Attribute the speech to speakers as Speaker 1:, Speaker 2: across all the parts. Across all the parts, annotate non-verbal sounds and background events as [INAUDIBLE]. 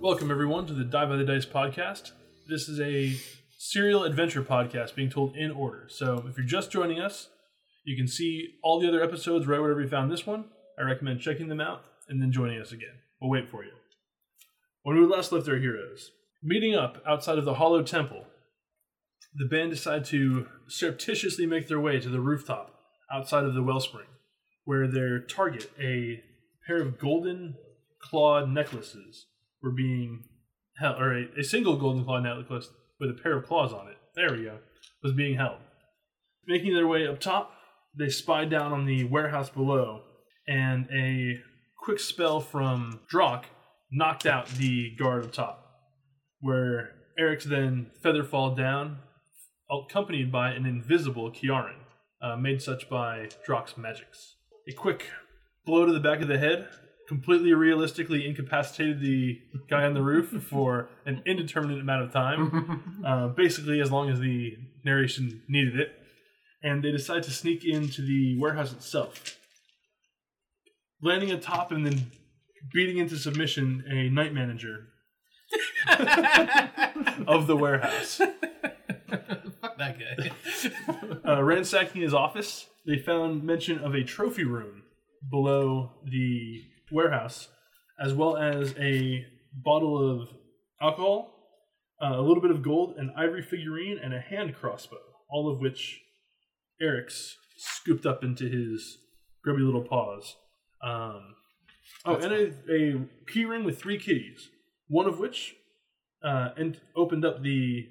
Speaker 1: Welcome, everyone, to the Die by the Dice podcast. This is a serial adventure podcast being told in order. So if you're just joining us, you can see all the other episodes right wherever you found this one. I recommend checking them out and then joining us again. We'll wait for you. When we last left our heroes, meeting up outside of the Hollow Temple, the band decide to surreptitiously make their way to the rooftop outside of the wellspring, where their target, a pair of golden clawed necklaces, were being held, or a, a single golden clawed necklace with a pair of claws on it. There we go. Was being held. Making their way up top, they spy down on the warehouse below, and a quick spell from Drock knocked out the guard up top where Eric's then feather fall down, accompanied by an invisible Kiaran, uh, made such by Drock's magics. A quick blow to the back of the head completely realistically incapacitated the guy on the roof for an indeterminate amount of
Speaker 2: [LAUGHS]
Speaker 1: time, uh, basically as long as the narration needed it. And they decide to sneak into the warehouse itself, landing atop and then beating into submission a night manager of the warehouse.
Speaker 2: Fuck that guy.
Speaker 1: Uh, ransacking his office, they found mention of a trophy room below the warehouse, as well as a bottle of alcohol, uh, a little bit of gold, an ivory figurine, and a hand crossbow, all of which Eric's scooped up into his grubby little paws. Um, oh, and a, a key ring with three keys, one of which uh, and opened up the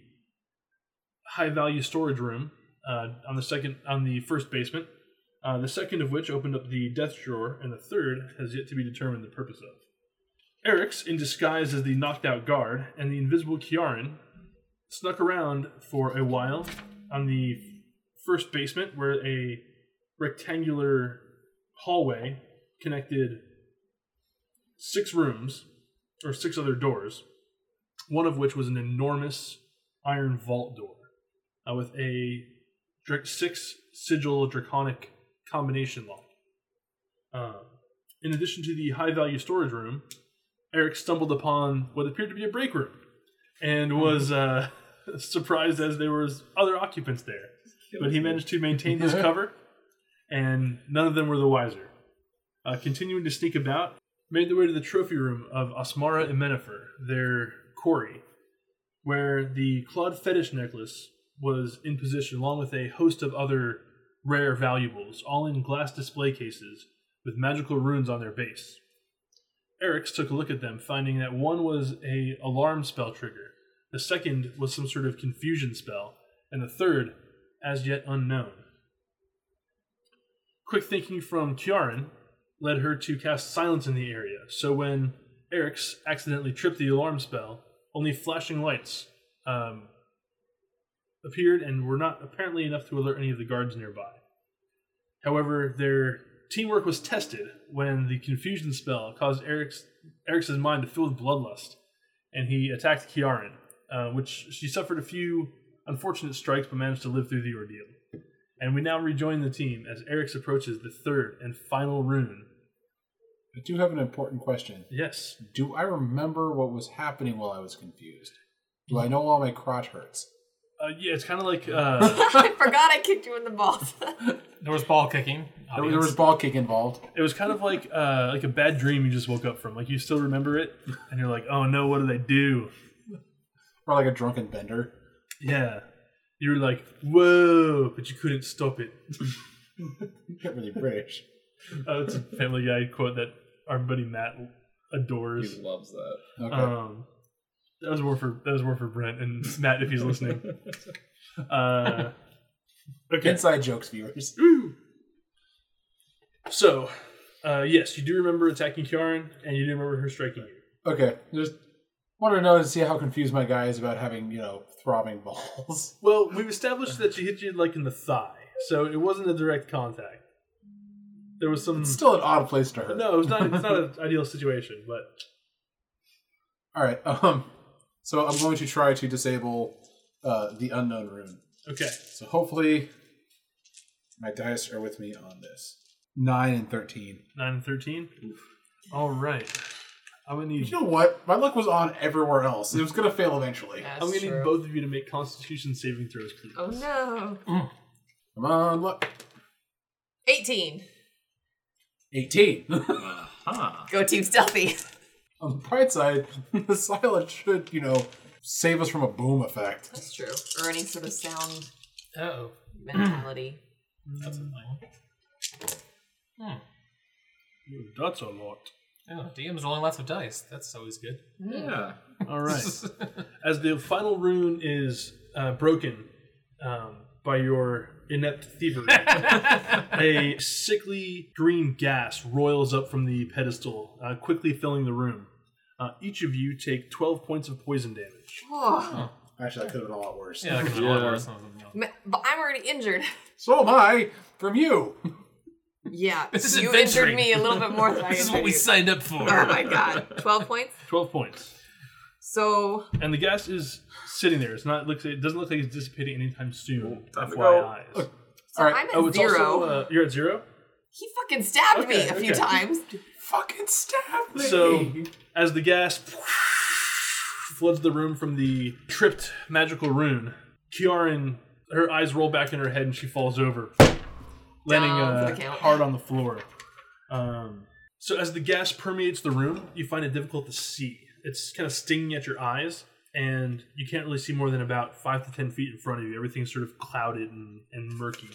Speaker 1: high value storage room uh, on the second on the first basement. Uh, the second of which opened up the death drawer, and the third has yet to be determined the purpose of. Eric's, in disguise as the knocked out guard, and the invisible Kiaran snuck around for a while on the first basement where a rectangular hallway connected six rooms or six other doors one of which was an enormous iron vault door uh, with a dra- six sigil draconic combination lock. Um, in addition to the high value storage room, Eric stumbled upon what appeared to be a break room and was uh, [LAUGHS] surprised as there was other occupants there. But he managed to maintain his cover, and none of them were the wiser. Uh, continuing to sneak about, made their way to the trophy room of Asmara Imenifer, their quarry, where the clawed fetish necklace was in position along with a host of other rare valuables, all in glass display cases with magical runes on their base. Eric's took a look at them, finding that one was a alarm spell trigger, the second was some sort of confusion spell, and the third, as yet unknown. Quick thinking from Kiaran led her to cast silence in the area, so when Eric's accidentally tripped the alarm spell, only flashing lights um, appeared and were not apparently enough to alert any of the guards nearby. However, their teamwork was tested when the confusion spell caused Eric's Eric's mind to fill with bloodlust, and he attacked Kiaran, uh, which she suffered a few unfortunate strikes but managed to live through the ordeal. And we now rejoin the team as Eric's approaches the third and final rune.
Speaker 3: I do have an important question.
Speaker 1: Yes,
Speaker 3: Do I remember what was happening while I was confused? Do I know why my crotch hurts?
Speaker 1: Uh, yeah, it's kind of like uh,
Speaker 4: [LAUGHS] I forgot I kicked you in the balls. [LAUGHS]
Speaker 2: There was ball kicking.
Speaker 3: There, there was ball kick involved.
Speaker 1: it was kind of like uh, like a bad dream you just woke up from. Like you still remember it, and you're like, oh no, what did I do?
Speaker 3: Or like a drunken bender.
Speaker 1: Yeah, you were like, whoa, but you couldn't stop it.
Speaker 3: Get
Speaker 1: [LAUGHS]
Speaker 3: really British.
Speaker 1: Uh, it's a Family Guy quote that our buddy Matt adores.
Speaker 5: He loves that.
Speaker 3: Okay.
Speaker 1: Um, that was more for that was more for Brent and Matt if he's listening. Uh, okay,
Speaker 3: Inside jokes, viewers.
Speaker 1: so uh, yes, you do remember attacking Karen, and you do remember her striking you.
Speaker 3: Okay. Just want to know and see how confused my guy is about having, you know, throbbing balls.
Speaker 1: Well, we've established that she hit you like in the thigh, so it wasn't a direct contact. There was some.
Speaker 3: It's still an odd place to hurt.
Speaker 1: Hmm. no, it was not. It's not an ideal situation, but
Speaker 3: All right. Um. So I'm going to try to disable uh, the unknown rune.
Speaker 1: okay.
Speaker 3: So hopefully my dice are with me on this. Nine and thirteen.
Speaker 1: Nine and thirteen. All right. I'm gonna need.
Speaker 3: You know what? My luck was on everywhere else. It was gonna fail eventually.
Speaker 4: That's
Speaker 1: I'm gonna
Speaker 4: true.
Speaker 1: need both of you to make Constitution saving throws, please.
Speaker 4: Oh no.
Speaker 3: Come on, luck.
Speaker 4: 18.
Speaker 3: 18.
Speaker 2: Uh-huh.
Speaker 4: Go team stealthy.
Speaker 3: [LAUGHS] on the bright side, [LAUGHS] the silence should, you know, save us from a boom effect.
Speaker 4: That's true. [LAUGHS] Or any sort of [CLEARS THROAT] sound
Speaker 2: Uh-oh.
Speaker 4: mentality.
Speaker 2: That's a nine.
Speaker 1: Ooh, That's a lot.
Speaker 2: Oh, DMs rolling lots of dice. That's always good.
Speaker 5: Yeah.
Speaker 1: All right. As the final rune is uh, broken um, by your inept thievery, a sickly green gas roils up from the pedestal, uh, quickly filling the room. Uh, each of you take 12 points of poison damage.
Speaker 4: Oh,
Speaker 3: Actually, that could have been a lot worse.
Speaker 2: Yeah, that could have been a lot worse than something else.
Speaker 4: Ma- but I'm already injured. [LAUGHS]
Speaker 3: So am I from you. [LAUGHS]
Speaker 4: Yeah.
Speaker 2: This is
Speaker 4: you
Speaker 2: adventuring.
Speaker 4: injured me a little bit more than
Speaker 2: [LAUGHS]
Speaker 4: I
Speaker 2: This is what
Speaker 4: injured
Speaker 2: we
Speaker 4: you.
Speaker 2: signed up
Speaker 4: Oh
Speaker 2: for.
Speaker 4: my god. 12 points?
Speaker 1: 12 points.
Speaker 4: So,
Speaker 1: And the gas is sitting there. It's not. Looks. It doesn't look like it's dissipating anytime soon.
Speaker 5: time to
Speaker 1: FYI.
Speaker 3: go.
Speaker 4: so
Speaker 3: All right.
Speaker 4: I'm at
Speaker 1: Oh, it's
Speaker 4: zero.
Speaker 1: also. Uh, you're at zero.
Speaker 4: he fucking stabbed me
Speaker 1: Okay,
Speaker 4: a few
Speaker 1: okay.
Speaker 4: times.
Speaker 3: Fucking stab me.
Speaker 1: So, as the gas floods the room from the tripped magical rune, Kiaran, her eyes roll back in her head and she falls over, landing
Speaker 4: Down for
Speaker 1: uh,
Speaker 4: the count.
Speaker 1: hard on the floor. Um, so, as the gas permeates the room, you find it difficult to see. It's kind of stinging at your eyes, and you can't really see more than about five to ten feet in front of you. Everything's sort of clouded and, and murky.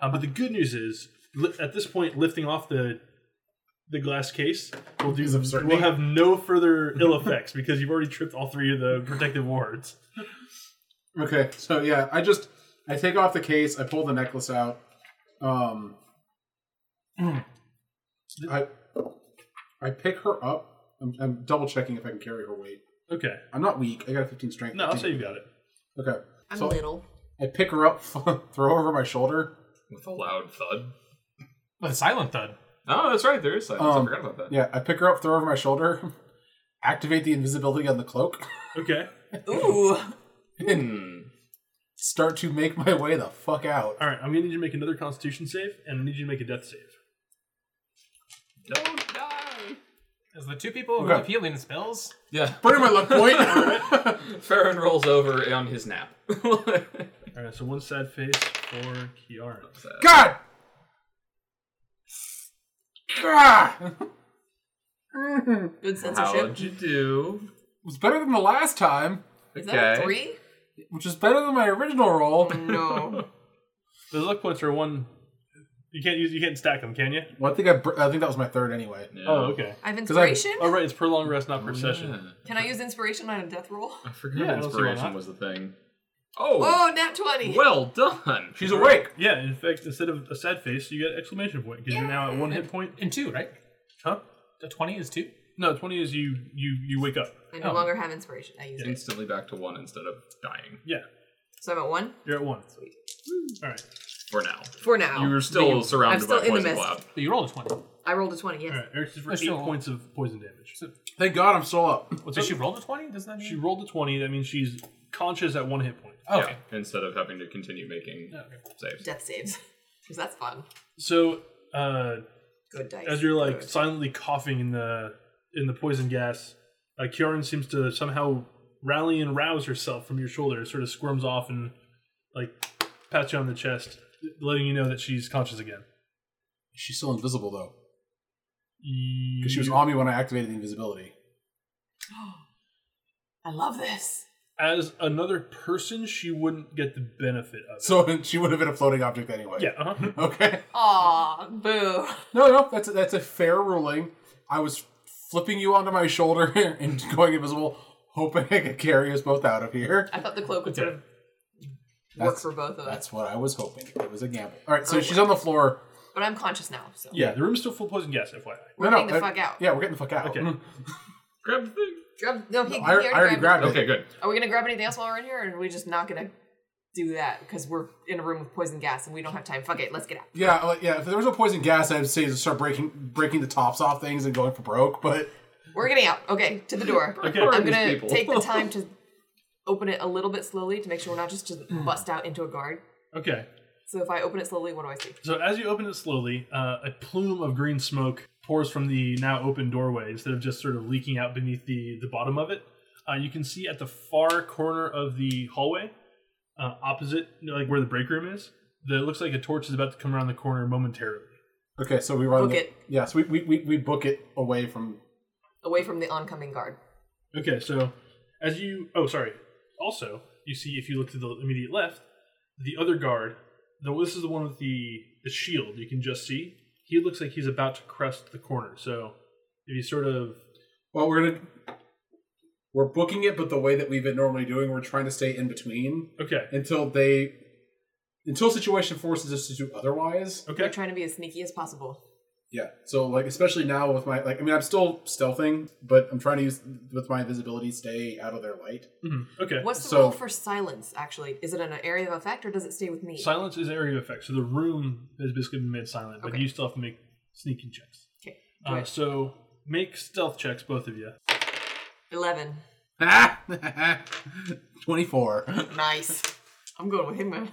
Speaker 1: Uh, but the good news is, li- at this point, lifting off the the glass case will do.
Speaker 3: Is absurdity.
Speaker 1: We'll have no further ill effects because you've already tripped all three of the protective wards.
Speaker 3: Okay, so yeah, I just I take off the case, I pull the necklace out. Um [CLEARS THROAT] I I pick her up. I'm, I'm double checking if I can carry her weight.
Speaker 1: Okay.
Speaker 3: I'm not weak. I got a 15 strength.
Speaker 1: No, I'll say you got it.
Speaker 3: Okay.
Speaker 4: I'm
Speaker 3: So-
Speaker 4: little.
Speaker 3: I pick her up, [LAUGHS] throw her over my shoulder.
Speaker 5: With a loud thud.
Speaker 2: With a silent thud.
Speaker 5: Oh, that's right. There is silence.
Speaker 3: Um,
Speaker 5: I forgot about that.
Speaker 3: Yeah, I pick her up, throw her over my shoulder, [LAUGHS] activate the invisibility on the cloak, [LAUGHS]
Speaker 1: Okay.
Speaker 4: Ooh.
Speaker 5: Hmm.
Speaker 3: start to make my way the fuck out.
Speaker 1: All right. I'm gonna need you to make another Constitution save, and I need you to make a Death save.
Speaker 5: Don't die.
Speaker 2: As the two people who
Speaker 3: Okay.
Speaker 2: have healing spells.
Speaker 5: Yeah. [LAUGHS]
Speaker 3: Burning my
Speaker 1: [LAUGHS]
Speaker 3: luck point.
Speaker 5: Farron rolls over on his nap. [LAUGHS]
Speaker 1: All right. So one sad face for Kiara.
Speaker 3: God. God.
Speaker 4: Good censorship.
Speaker 5: How'd you do?
Speaker 3: It was better than the last time,
Speaker 4: Is that a three? Oh,
Speaker 3: which is better than my original roll.
Speaker 4: No.
Speaker 1: The luck points are one. You can't use. You can't stack them, can you?
Speaker 3: Well, I think I, br- I think that was my third anyway.
Speaker 5: Yeah.
Speaker 1: Oh, okay.
Speaker 4: I have
Speaker 3: I-
Speaker 4: inspiration?
Speaker 1: Oh, right. It's per long rest, not per session.
Speaker 5: Yeah.
Speaker 4: Can I use inspiration on a death roll?
Speaker 5: I forgot
Speaker 1: Yeah, I don't see why
Speaker 5: inspiration
Speaker 1: not.
Speaker 5: was the thing. Oh,
Speaker 4: Oh, nat 20.
Speaker 5: well done.
Speaker 3: She's awake.
Speaker 1: Yeah. In fact, instead of a sad face, you get exclamation point because you're now at one hit point.
Speaker 2: In two, right?
Speaker 1: Huh?
Speaker 2: The 20 is two?
Speaker 1: No, twenty is you. You you wake up.
Speaker 4: I no
Speaker 2: Oh.
Speaker 4: longer have inspiration. I used it.
Speaker 5: Instantly back to one instead of dying
Speaker 1: Yeah.
Speaker 4: So I'm at one?
Speaker 1: You're at one. All right.
Speaker 5: for now.
Speaker 4: For now.
Speaker 5: You're still surrounded
Speaker 4: I'm still
Speaker 5: by
Speaker 4: in the
Speaker 5: poison
Speaker 4: mist.
Speaker 5: cloud.
Speaker 2: But you rolled a 20.
Speaker 4: I rolled a 20, yes.
Speaker 1: All right. Eric's is for
Speaker 2: Let's
Speaker 1: eight
Speaker 2: do one.
Speaker 1: points of poison damage.
Speaker 3: Thank God I'm still up.
Speaker 1: What's
Speaker 2: Did
Speaker 1: up?
Speaker 2: she roll a 20? Doesn't that mean?
Speaker 1: She rolled a 20. That means she's conscious at one hit point.
Speaker 2: oh, okay.
Speaker 5: Yeah, instead of having to continue making
Speaker 2: Okay.
Speaker 5: saves.
Speaker 4: Death saves. [LAUGHS] Because that's fun.
Speaker 1: So, uh,
Speaker 4: Good dice.
Speaker 1: as you're like
Speaker 4: Good.
Speaker 1: silently coughing in the in the poison gas, uh, Kieran seems to somehow rally and rouse herself from your shoulder. Sort of squirms off and like pats you on the chest, letting you know that she's conscious again.
Speaker 3: She's still invisible though,
Speaker 1: You,
Speaker 3: because she was on me when I activated the invisibility.
Speaker 4: I love this.
Speaker 1: as another person, she wouldn't get the benefit of it.
Speaker 3: So [LAUGHS] she would have been a floating object anyway.
Speaker 1: yeah, uh-huh.
Speaker 3: [LAUGHS] Okay.
Speaker 4: Aw, boo.
Speaker 3: No, no, that's a, that's a fair ruling. I was flipping you onto my shoulder [LAUGHS] and going invisible, hoping I could carry us both out of here.
Speaker 4: I thought the cloak would sort of work
Speaker 3: That's-
Speaker 4: for both of us.
Speaker 3: That's what I was hoping. It was a gamble. All right, so
Speaker 4: Oh.
Speaker 3: she's on the floor.
Speaker 4: But I'm conscious now, so
Speaker 1: yeah. The room's still full of poison gas. FYI.
Speaker 4: we're
Speaker 3: no,
Speaker 4: getting the
Speaker 3: uh,
Speaker 4: fuck out.
Speaker 3: Yeah, we're getting the fuck out.
Speaker 1: Okay.
Speaker 3: Mm.
Speaker 5: Grab the thing.
Speaker 4: Grab, no, he,
Speaker 3: No,
Speaker 4: he
Speaker 3: I-
Speaker 4: already,
Speaker 3: I already
Speaker 4: grabbed
Speaker 3: grabbed
Speaker 4: it.
Speaker 5: Okay, good.
Speaker 4: Are we gonna grab anything else while we're in here, or are we just not gonna do that because we're in a room with poison gas and we don't have time? Fuck it, let's get out.
Speaker 3: Yeah, like, yeah. If there was no poison gas, I'd say to start breaking breaking the tops off things and going for broke. But
Speaker 4: We're getting out. Okay, to
Speaker 3: [LAUGHS]
Speaker 4: the door.
Speaker 5: Okay.
Speaker 4: I'm gonna take
Speaker 1: [LAUGHS]
Speaker 4: the time to open it a little bit slowly to make sure we're not just to bust out into a guard.
Speaker 1: Okay.
Speaker 4: So if I open it slowly, what do I see?
Speaker 1: So as you open it slowly, uh, a plume of green smoke pours from the now open doorway instead of just sort of leaking out beneath the, the bottom of it. Uh, you can see at the far corner of the hallway, uh, opposite, you know, like where the break room is, that it looks like a torch is about to come around the corner momentarily.
Speaker 3: Okay, so we run.
Speaker 4: Book
Speaker 3: the-
Speaker 4: it.
Speaker 3: Yeah, so we, we, we, we book it away from.
Speaker 4: away from the oncoming guard.
Speaker 1: Okay, so as you oh sorry. Also, you see if you look to the immediate left, the other guard, though this is the one with the the shield you can just see, he looks like he's about to crest the corner. So if you sort of
Speaker 3: Well, we're gonna we're booking it, but the way that we've been normally doing, we're trying to stay in between
Speaker 1: Okay.
Speaker 3: until they until situation forces us to do otherwise.
Speaker 4: We're
Speaker 1: Okay.
Speaker 4: trying to be as sneaky as possible.
Speaker 3: Yeah. So like especially now with my like I mean I'm still stealthing, but I'm trying to use with my invisibility stay out of their light. [LAUGHS]
Speaker 1: mhm, Okay.
Speaker 4: What's the
Speaker 3: So-
Speaker 4: rule for silence? Actually, is it an area of effect or does it stay with me?
Speaker 1: Silence is area of effect. So the room has basically been made silent, but
Speaker 4: Okay.
Speaker 1: you still have to make sneaking checks.
Speaker 4: Okay. Do
Speaker 1: Uh,
Speaker 4: it.
Speaker 1: so make stealth checks, both of you.
Speaker 4: Eleven.
Speaker 3: Twenty four.
Speaker 4: Nice. I'm going with him. [LAUGHS] Man.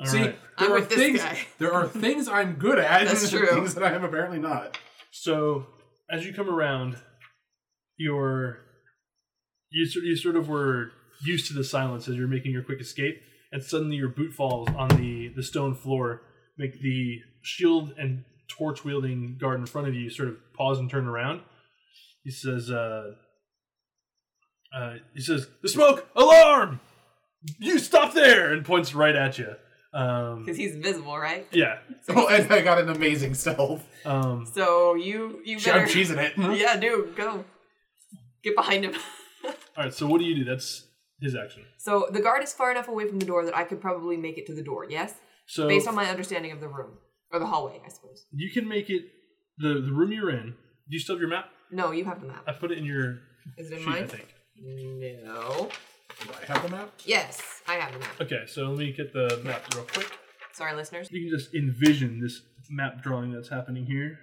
Speaker 1: All
Speaker 3: See,
Speaker 1: right.
Speaker 3: there
Speaker 4: I'm
Speaker 3: are
Speaker 4: with this
Speaker 3: things
Speaker 4: guy.
Speaker 3: there are things I'm good at. and
Speaker 4: That's
Speaker 3: there are
Speaker 4: true.
Speaker 3: Things that I am apparently not.
Speaker 1: So as you come around, you're you, sor- you sort of were used to the silence as you're making your quick escape, and suddenly your boot falls on the the stone floor, make the shield and torch wielding guard in front of you sort of pause and turn around. He says, uh, uh, he says, "The smoke alarm! You stop there!" and points right at you. Um,
Speaker 4: Because he's invisible, right?
Speaker 1: yeah.
Speaker 3: Oh, and I got an amazing stealth.
Speaker 1: Um,
Speaker 4: So you you
Speaker 3: I'm
Speaker 4: better.
Speaker 3: cheesing it.
Speaker 4: Yeah, dude, go. Get behind him. [LAUGHS]
Speaker 1: all right. So what do you do? That's his action.
Speaker 4: so the guard is far enough away from the door that I could probably make it to the door. Yes,
Speaker 1: So
Speaker 4: based on my understanding of the room or the hallway, I suppose.
Speaker 1: you can make it the the room you're in. Do you still have your map?
Speaker 4: No, you have the map.
Speaker 1: I put it in your
Speaker 4: Is it in
Speaker 1: sheet, Uh, I
Speaker 4: mine?
Speaker 1: think.
Speaker 4: No.
Speaker 3: Do I have the map?
Speaker 4: Yes, I have the map.
Speaker 1: Okay, so let me get the map real quick.
Speaker 4: Sorry, listeners.
Speaker 1: You can just envision this map drawing that's happening here,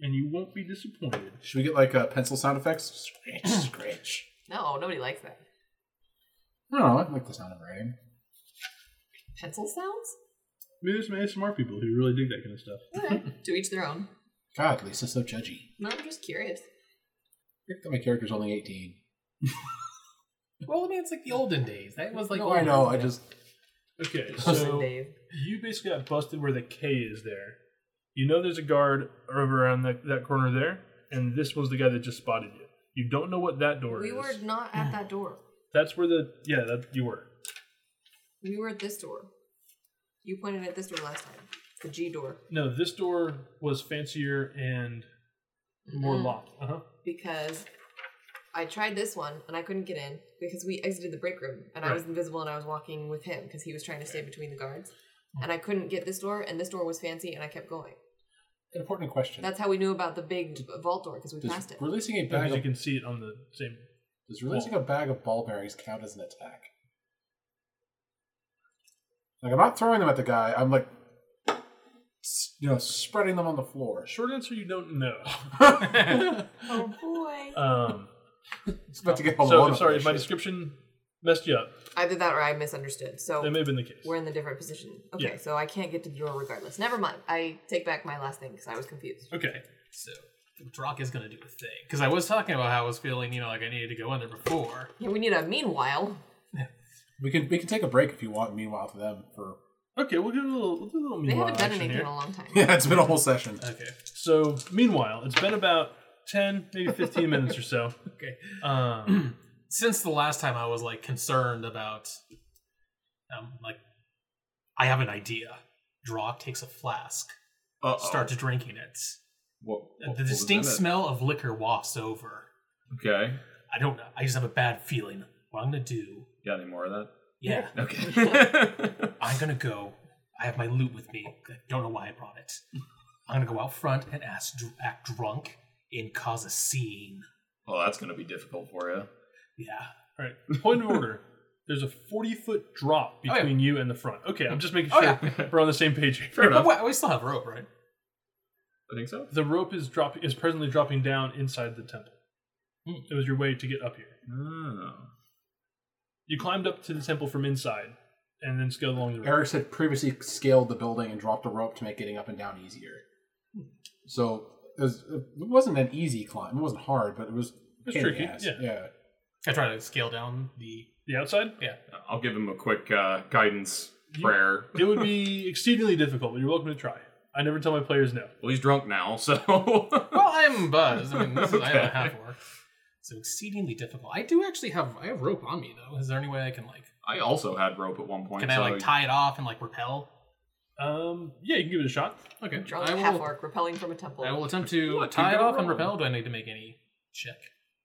Speaker 1: and you won't be disappointed.
Speaker 3: Should we get like uh, pencil sound effects? Scratch,
Speaker 1: [LAUGHS]
Speaker 3: scratch.
Speaker 4: No, nobody likes that.
Speaker 3: I don't know. I like the sound of writing.
Speaker 4: Pencil sounds?
Speaker 1: Maybe there's some ASMR people who really dig that kind of stuff. [LAUGHS]
Speaker 4: Alright. to each their own.
Speaker 3: God, Lisa's so judgy.
Speaker 4: No, I'm just curious.
Speaker 3: I think that my character's only 18.
Speaker 2: Well, I mean, it's like the olden days. That was like.
Speaker 3: oh, no, I
Speaker 2: olden
Speaker 3: know.
Speaker 2: days.
Speaker 3: I just
Speaker 1: Okay, [LAUGHS]
Speaker 4: Listen,
Speaker 1: so
Speaker 4: Dave.
Speaker 1: you basically got busted where the K is there. You know there's a guard over around that, that corner there, and this was the guy that just spotted you. You don't know what that door
Speaker 4: We
Speaker 1: is.
Speaker 4: were not at that door.
Speaker 1: That's where the yeah that you were.
Speaker 4: We were at this door. You pointed at this door last time. The G door.
Speaker 1: No, this door was fancier and more
Speaker 4: Mhm.
Speaker 1: locked. Uh huh.
Speaker 4: Because I tried this one and I couldn't get in because we exited the break room and I
Speaker 1: Right.
Speaker 4: was invisible and I was walking with him because he was trying to stay between the guards. And I couldn't get this door, and this door was fancy, and I kept going.
Speaker 3: important question.
Speaker 4: That's how we knew about the big vault door because we
Speaker 3: does
Speaker 4: passed it.
Speaker 3: releasing a
Speaker 1: Because
Speaker 3: bag
Speaker 1: you
Speaker 3: of,
Speaker 1: can see it on the same.
Speaker 3: does releasing a bag of ball bearings count as an attack? Like I'm not throwing them at the guy. I'm like, s- you know, spreading them on the floor.
Speaker 1: Short answer, you don't
Speaker 2: [LAUGHS]
Speaker 1: know.
Speaker 4: Oh boy!
Speaker 1: Um,
Speaker 3: It's about to get a
Speaker 1: so
Speaker 3: lot
Speaker 1: I'm
Speaker 3: of
Speaker 1: sorry,
Speaker 3: this
Speaker 1: my
Speaker 3: shit.
Speaker 1: description messed you up.
Speaker 4: [LAUGHS] Either that or I misunderstood. So
Speaker 1: That may have been the case.
Speaker 4: We're in the different position. Okay,
Speaker 1: Yeah.
Speaker 4: so I can't get to the door regardless. Never mind. I take back my last thing because I was confused.
Speaker 1: Okay.
Speaker 2: So Drock is gonna do a thing because I was talking about how I was feeling, you know, like I needed to go in there before.
Speaker 4: Yeah, we need a meanwhile.
Speaker 3: We can we can take a break if you want. Meanwhile, to them for [LAUGHS]
Speaker 1: Okay, we'll do a little. We'll do a little
Speaker 4: They
Speaker 1: meanwhile
Speaker 4: haven't done
Speaker 1: action
Speaker 4: anything
Speaker 1: here.
Speaker 4: in a long time.
Speaker 1: [LAUGHS]
Speaker 3: yeah, it's been a whole session.
Speaker 2: Okay.
Speaker 1: So meanwhile, it's been about ten, maybe fifteen minutes or so.
Speaker 2: Okay.
Speaker 1: Um,
Speaker 2: [CLEARS THROAT] Since the last time I was like concerned about, um, like I have an idea. Drock takes a flask,
Speaker 5: Uh-oh.
Speaker 2: starts drinking it.
Speaker 5: Uh, What, what
Speaker 2: the
Speaker 5: was
Speaker 2: distinct
Speaker 5: in it?
Speaker 2: smell of liquor wafts over.
Speaker 5: Okay.
Speaker 2: I don't know. I just have a bad feeling. What I'm gonna do?
Speaker 5: Got any more of that? [LAUGHS]
Speaker 2: Yeah,
Speaker 5: Okay.
Speaker 2: I'm gonna go. I have my loot with me. I don't know why I brought it. I'm gonna go out front and ask, act drunk and cause a scene.
Speaker 5: well, that's gonna be difficult for you.
Speaker 2: Yeah.
Speaker 1: all right. Point of order. There's a forty foot drop
Speaker 2: Oh, yeah.
Speaker 1: between you and the front. Okay, I'm just making
Speaker 2: Oh,
Speaker 1: sure we're on the same page. here.
Speaker 5: Fair
Speaker 2: But
Speaker 5: enough.
Speaker 2: wait, we still have rope, right?
Speaker 5: I think so.
Speaker 1: The rope is dropping is presently dropping down inside the temple.
Speaker 2: Hmm.
Speaker 1: It was your way to get up here.
Speaker 5: Oh.
Speaker 1: You climbed up to the temple from inside, and then scaled along the rope.
Speaker 3: Eris had previously scaled the building and dropped a rope to make getting up and down easier. So it, was, it wasn't an easy climb. It wasn't hard, but it was
Speaker 1: It's
Speaker 3: pain in the
Speaker 1: tricky,
Speaker 3: ass.
Speaker 1: yeah.
Speaker 3: yeah.
Speaker 2: I try to scale down the.
Speaker 1: The outside?
Speaker 5: I'll give him a quick uh, guidance prayer.
Speaker 1: It would
Speaker 2: [LAUGHS]
Speaker 1: be exceedingly difficult, but you're welcome to try. I never tell my players no.
Speaker 5: Well, he's drunk now, [LAUGHS] so
Speaker 2: Well, I'm buzzed. I mean, this is I
Speaker 5: Okay.
Speaker 2: don't have work. So exceedingly difficult. I do actually have I have rope on me though. Is there any way I can like
Speaker 5: I also had rope at one point.
Speaker 2: can I
Speaker 5: so
Speaker 2: like tie it off and like repel?
Speaker 1: Um, yeah, you can give it a shot.
Speaker 2: Okay,
Speaker 4: Drunk
Speaker 2: I
Speaker 4: half
Speaker 2: will.
Speaker 4: orc repelling from a temple.
Speaker 2: I will attempt to
Speaker 5: What,
Speaker 2: tie
Speaker 5: you
Speaker 2: it
Speaker 5: got
Speaker 2: off and
Speaker 5: rope?
Speaker 2: repel. Do I need to make any check?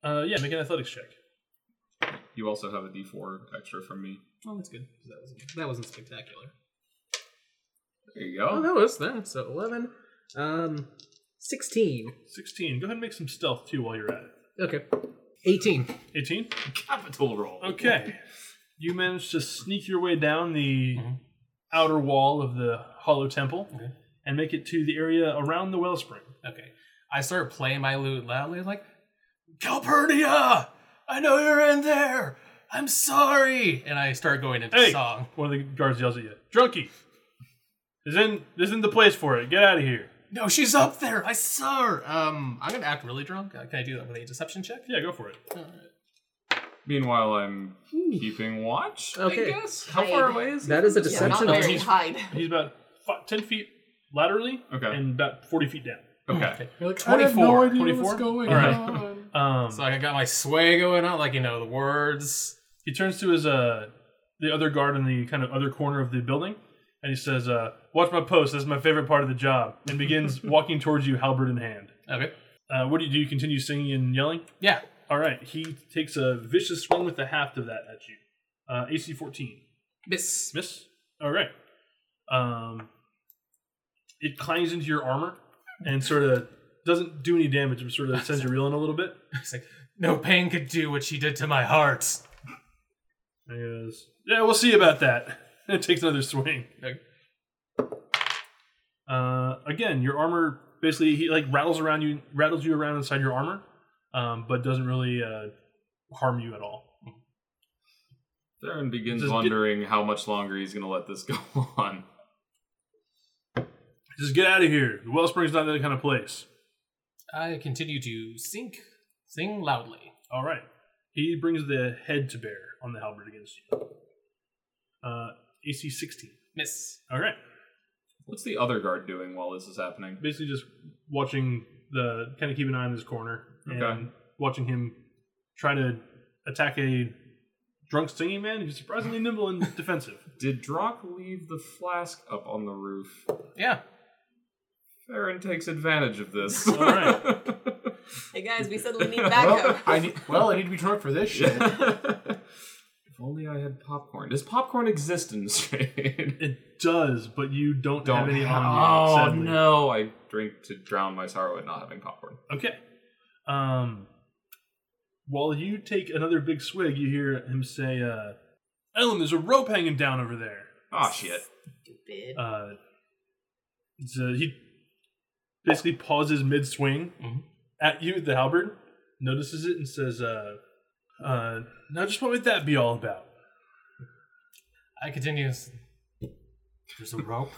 Speaker 1: Uh, yeah, make an athletics check.
Speaker 5: You also have a D4 extra from me.
Speaker 2: Oh, that's good. That wasn't that wasn't spectacular.
Speaker 5: There you
Speaker 2: Oh,
Speaker 5: go.
Speaker 2: that was that. So eleven, um, sixteen.
Speaker 1: 16. Go ahead and make some stealth too while you're at it.
Speaker 2: Okay, eighteen.
Speaker 1: 18?
Speaker 5: Capital roll.
Speaker 1: Okay. You manage to sneak your way down the
Speaker 2: Mhm.
Speaker 1: outer wall of the hollow temple
Speaker 2: Okay.
Speaker 1: and make it to the area around the wellspring.
Speaker 2: Okay. I start playing my lute loudly, like, Calpurnia! I know you're in there! I'm sorry! And I start going into
Speaker 1: Hey!
Speaker 2: song.
Speaker 1: One of the guards yells at you, Drunkie! This isn't, this isn't the place for it. Get out of here.
Speaker 2: No, she's up there! I saw her! Um, I'm gonna act really drunk. Uh, Can I do that with a deception check? Uh,
Speaker 1: Yeah, go for it.
Speaker 5: Meanwhile, I'm
Speaker 2: Hmm.
Speaker 5: keeping watch.
Speaker 2: Okay.
Speaker 5: I guess. How far
Speaker 4: Hide.
Speaker 5: away is
Speaker 2: That is a
Speaker 4: yeah, not
Speaker 2: deception
Speaker 4: very hide.
Speaker 1: He's about fi- 10 feet laterally
Speaker 5: Okay.
Speaker 1: and about 40 feet down.
Speaker 5: Okay.
Speaker 3: You're like, I have
Speaker 2: 24.
Speaker 3: no idea
Speaker 1: 24?
Speaker 3: what's going
Speaker 1: All right.
Speaker 3: on.
Speaker 1: Um,
Speaker 2: So I got my sway going on, like, you know, the words.
Speaker 1: he turns to his uh, the other guard in the kind of other corner of the building, and he says, uh, "Watch my post. That's my favorite part of the job." And
Speaker 2: [LAUGHS]
Speaker 1: begins walking towards you, halberd in hand.
Speaker 2: Okay.
Speaker 1: Uh, what do you do? You continue singing and yelling.
Speaker 2: Yeah.
Speaker 1: All right. He takes a vicious swing with the haft of that at you. Uh, AC fourteen.
Speaker 2: Miss.
Speaker 1: Miss. All right. Um, it climbs into your armor and sort of doesn't do any damage, but sort of sends you reeling a little bit.
Speaker 2: It's like, no pain could do what she did to my heart.
Speaker 1: And he goes, "Yeah, we'll see about that." [LAUGHS] And it takes another swing.
Speaker 2: Okay.
Speaker 1: Uh, again, your armor basically he like rattles around you, rattles you around inside your armor, um, but doesn't really uh, harm you at all.
Speaker 5: Theron begins
Speaker 1: Just get-
Speaker 5: wondering how much longer he's going to let this [LAUGHS] go on.
Speaker 1: Just get out of here. The wellspring's not that kind of place.
Speaker 2: I continue to sink, sing loudly.
Speaker 1: All right. He brings the head to bear on the halberd against you. Uh, AC 16.
Speaker 2: Miss.
Speaker 1: All right.
Speaker 5: What's the other guard doing while this is happening?
Speaker 1: Basically, just watching the kind of keep an eye on his corner and
Speaker 5: Okay.
Speaker 1: watching him try to attack a drunk singing man who's surprisingly nimble
Speaker 5: [LAUGHS]
Speaker 1: and defensive.
Speaker 5: Did Drock leave the flask up on the roof?
Speaker 2: Yeah.
Speaker 5: Theron takes advantage of this.
Speaker 1: All right.
Speaker 5: [LAUGHS]
Speaker 4: Hey guys, we suddenly need
Speaker 3: Well,
Speaker 4: backup.
Speaker 3: I need, well, I need to be drunk for
Speaker 1: [LAUGHS]
Speaker 3: this shit.
Speaker 5: if only I had popcorn. Does popcorn exist in Strayed?
Speaker 1: It does, but you [LAUGHS] don't, have any on
Speaker 5: have-
Speaker 1: you.
Speaker 5: Oh
Speaker 1: sadly.
Speaker 5: no! I drink to drown my sorrow at not having popcorn.
Speaker 1: Okay. Um, while you take another big swig, you hear him say, uh, Ellen, there's a rope hanging down over there.
Speaker 5: Ah shit!
Speaker 4: Stupid.
Speaker 1: Uh, so he basically pauses mid swing
Speaker 2: Mhm.
Speaker 1: at you, the halberd, notices it, and says, uh, uh, now just what would that be all about?
Speaker 2: I continue. There's a rope.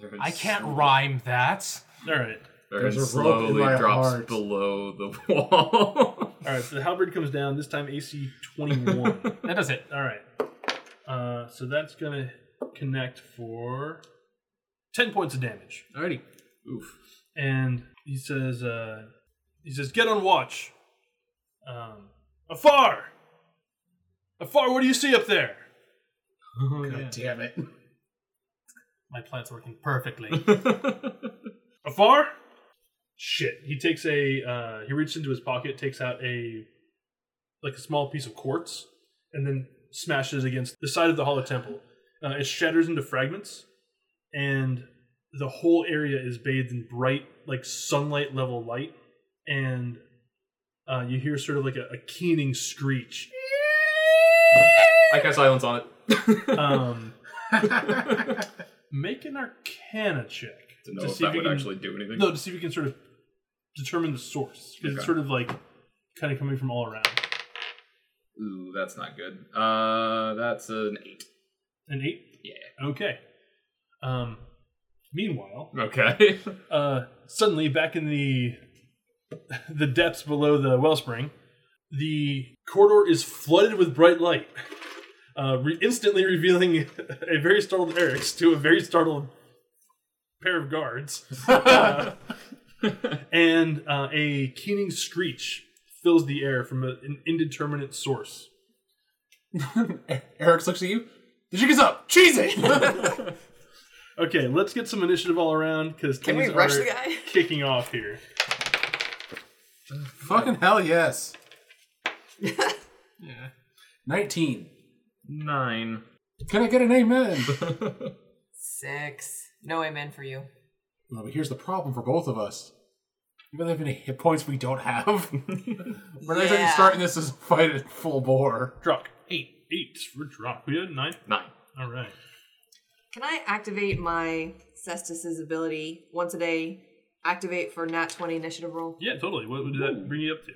Speaker 5: Theron
Speaker 2: I can't
Speaker 5: sl-
Speaker 2: rhyme that.
Speaker 1: All right.
Speaker 5: Theron
Speaker 3: There's a rope in
Speaker 5: slowly
Speaker 3: my
Speaker 5: drops
Speaker 3: heart.
Speaker 5: below the wall. [LAUGHS]
Speaker 1: All right. So the halberd comes down, this time AC 21.
Speaker 2: [LAUGHS] That does it.
Speaker 1: All right. Uh, so that's gonna connect for ten points of damage.
Speaker 2: Alrighty.
Speaker 5: Oof. [LAUGHS]
Speaker 1: And he says, uh, he says, get on watch. Um, afar, afar. What do you see up there?
Speaker 3: God damn it.
Speaker 2: My plan's working perfectly.
Speaker 1: Afar. Shit. He takes a. Uh, he reaches into his pocket, takes out a, like a small piece of quartz, and then smashes against the side of the hollow temple. Uh, it shatters into fragments, and the whole area is bathed in bright, like sunlight level light, and uh, you hear sort of like a, a keening screech.
Speaker 5: I got silence on it. [LAUGHS]
Speaker 1: Um,
Speaker 5: to
Speaker 1: make an Arcana check
Speaker 5: know
Speaker 1: to
Speaker 5: if
Speaker 1: see if
Speaker 5: that
Speaker 1: you
Speaker 5: would
Speaker 1: can
Speaker 5: actually do anything.
Speaker 1: no to see if you can sort of determine the source because
Speaker 5: Okay.
Speaker 1: it's sort of like kind of coming from all around.
Speaker 5: Ooh, that's not good. Uh, that's an eight.
Speaker 1: An eight?
Speaker 5: Yeah.
Speaker 1: Okay. Um, Meanwhile,
Speaker 5: Okay.
Speaker 1: uh, suddenly back in the the depths below the wellspring, the corridor is flooded with bright light, uh, re- instantly revealing [LAUGHS] a very startled Eric's to a very startled pair of guards, Uh, and uh, a keening screech fills the air from a, an indeterminate source.
Speaker 3: Eric's looks at you. The chicken's up. Cheese
Speaker 1: [LAUGHS]
Speaker 3: it.
Speaker 1: Okay, let's get some initiative all around because
Speaker 4: Can we
Speaker 1: things
Speaker 4: rush
Speaker 1: are
Speaker 4: the guy?
Speaker 1: kicking off here.
Speaker 3: Fucking hell, yes. Nineteen.
Speaker 5: Nine.
Speaker 3: Can I get an amen?
Speaker 4: Six. No amen for you.
Speaker 3: Well, but here's the problem for both of us. We really have any hit points we don't have. [LAUGHS] We're not
Speaker 4: Yeah.
Speaker 3: yeah. starting this as a fight at full bore.
Speaker 1: Drock eight, eight for Drock. We had nine.
Speaker 5: Nine.
Speaker 1: All right.
Speaker 4: Can I activate my Cestus's ability once a day? Activate for nat 20 initiative roll.
Speaker 1: Yeah, totally. What did that bring you up to?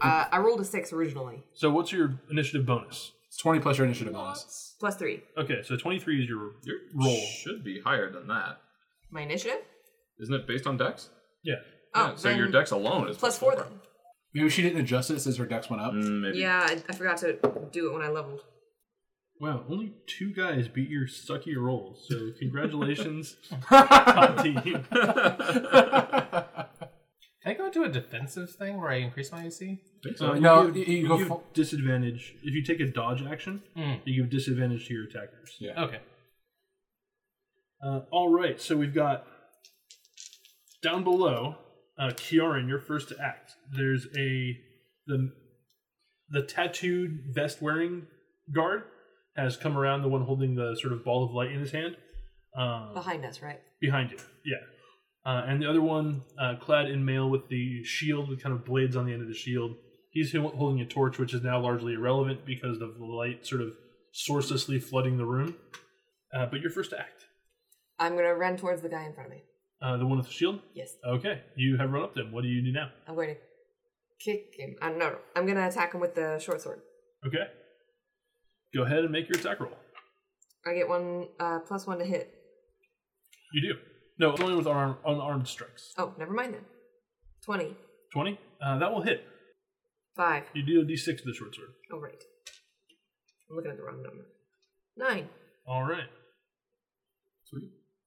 Speaker 4: Uh, I rolled a six originally.
Speaker 1: So, what's your initiative bonus?
Speaker 3: It's 20 plus your initiative bonus.
Speaker 4: Plus three.
Speaker 1: Okay, so 23 is your.
Speaker 5: Your
Speaker 1: Roll.
Speaker 5: should be higher than that.
Speaker 4: My initiative?
Speaker 5: Isn't it based on dex?
Speaker 1: Yeah.
Speaker 4: Oh,
Speaker 5: yeah, so
Speaker 4: then
Speaker 5: your dex alone is
Speaker 4: Plus four then.
Speaker 3: Maybe she didn't adjust it since her dex went up.
Speaker 5: Mm, maybe.
Speaker 4: Yeah, I, I forgot to do it when I leveled.
Speaker 1: Wow, only two guys beat your sucky rolls. [LAUGHS] So, congratulations, [LAUGHS] top team.
Speaker 2: Can I go into a defensive thing where I increase my AC?
Speaker 1: Uh,
Speaker 3: No,
Speaker 1: give-
Speaker 3: you- you go
Speaker 1: give
Speaker 3: full-
Speaker 1: disadvantage. If you take a dodge action,
Speaker 2: Mm.
Speaker 1: you give disadvantage to your attackers.
Speaker 3: Yeah.
Speaker 2: Okay.
Speaker 1: Uh, all right, so we've got down below, uh, Kieran, your first to act. There's a the the tattooed vest wearing guard has come around, the one holding the sort of ball of light in his hand. Um,
Speaker 4: Behind us, right?
Speaker 1: behind you. Yeah. Uh, and the other one, uh, clad in mail with the shield with kind of blades on the end of the shield. He's h- holding a torch, which is now largely irrelevant because of the light sort of sourcelessly flooding the room. Uh, but your first act,
Speaker 4: I'm going to run towards the guy in front of me.
Speaker 1: uh, the one with the shield.
Speaker 4: Yes.
Speaker 1: Okay, you have run up to him. What do you do now?
Speaker 4: I'm going to kick him. Uh, no, no. I'm going to attack him with the short sword.
Speaker 1: Okay, go ahead and make your attack roll.
Speaker 4: I get one uh, plus one to hit.
Speaker 1: You do. No, it's only with unarmed, unarmed strikes.
Speaker 4: Oh, never mind then. 20.
Speaker 1: Twenty. Uh, that will hit.
Speaker 4: 5.
Speaker 1: You deal a d6 to the short sword.
Speaker 4: Oh, right. I'm looking at the wrong number. 9.
Speaker 1: All right.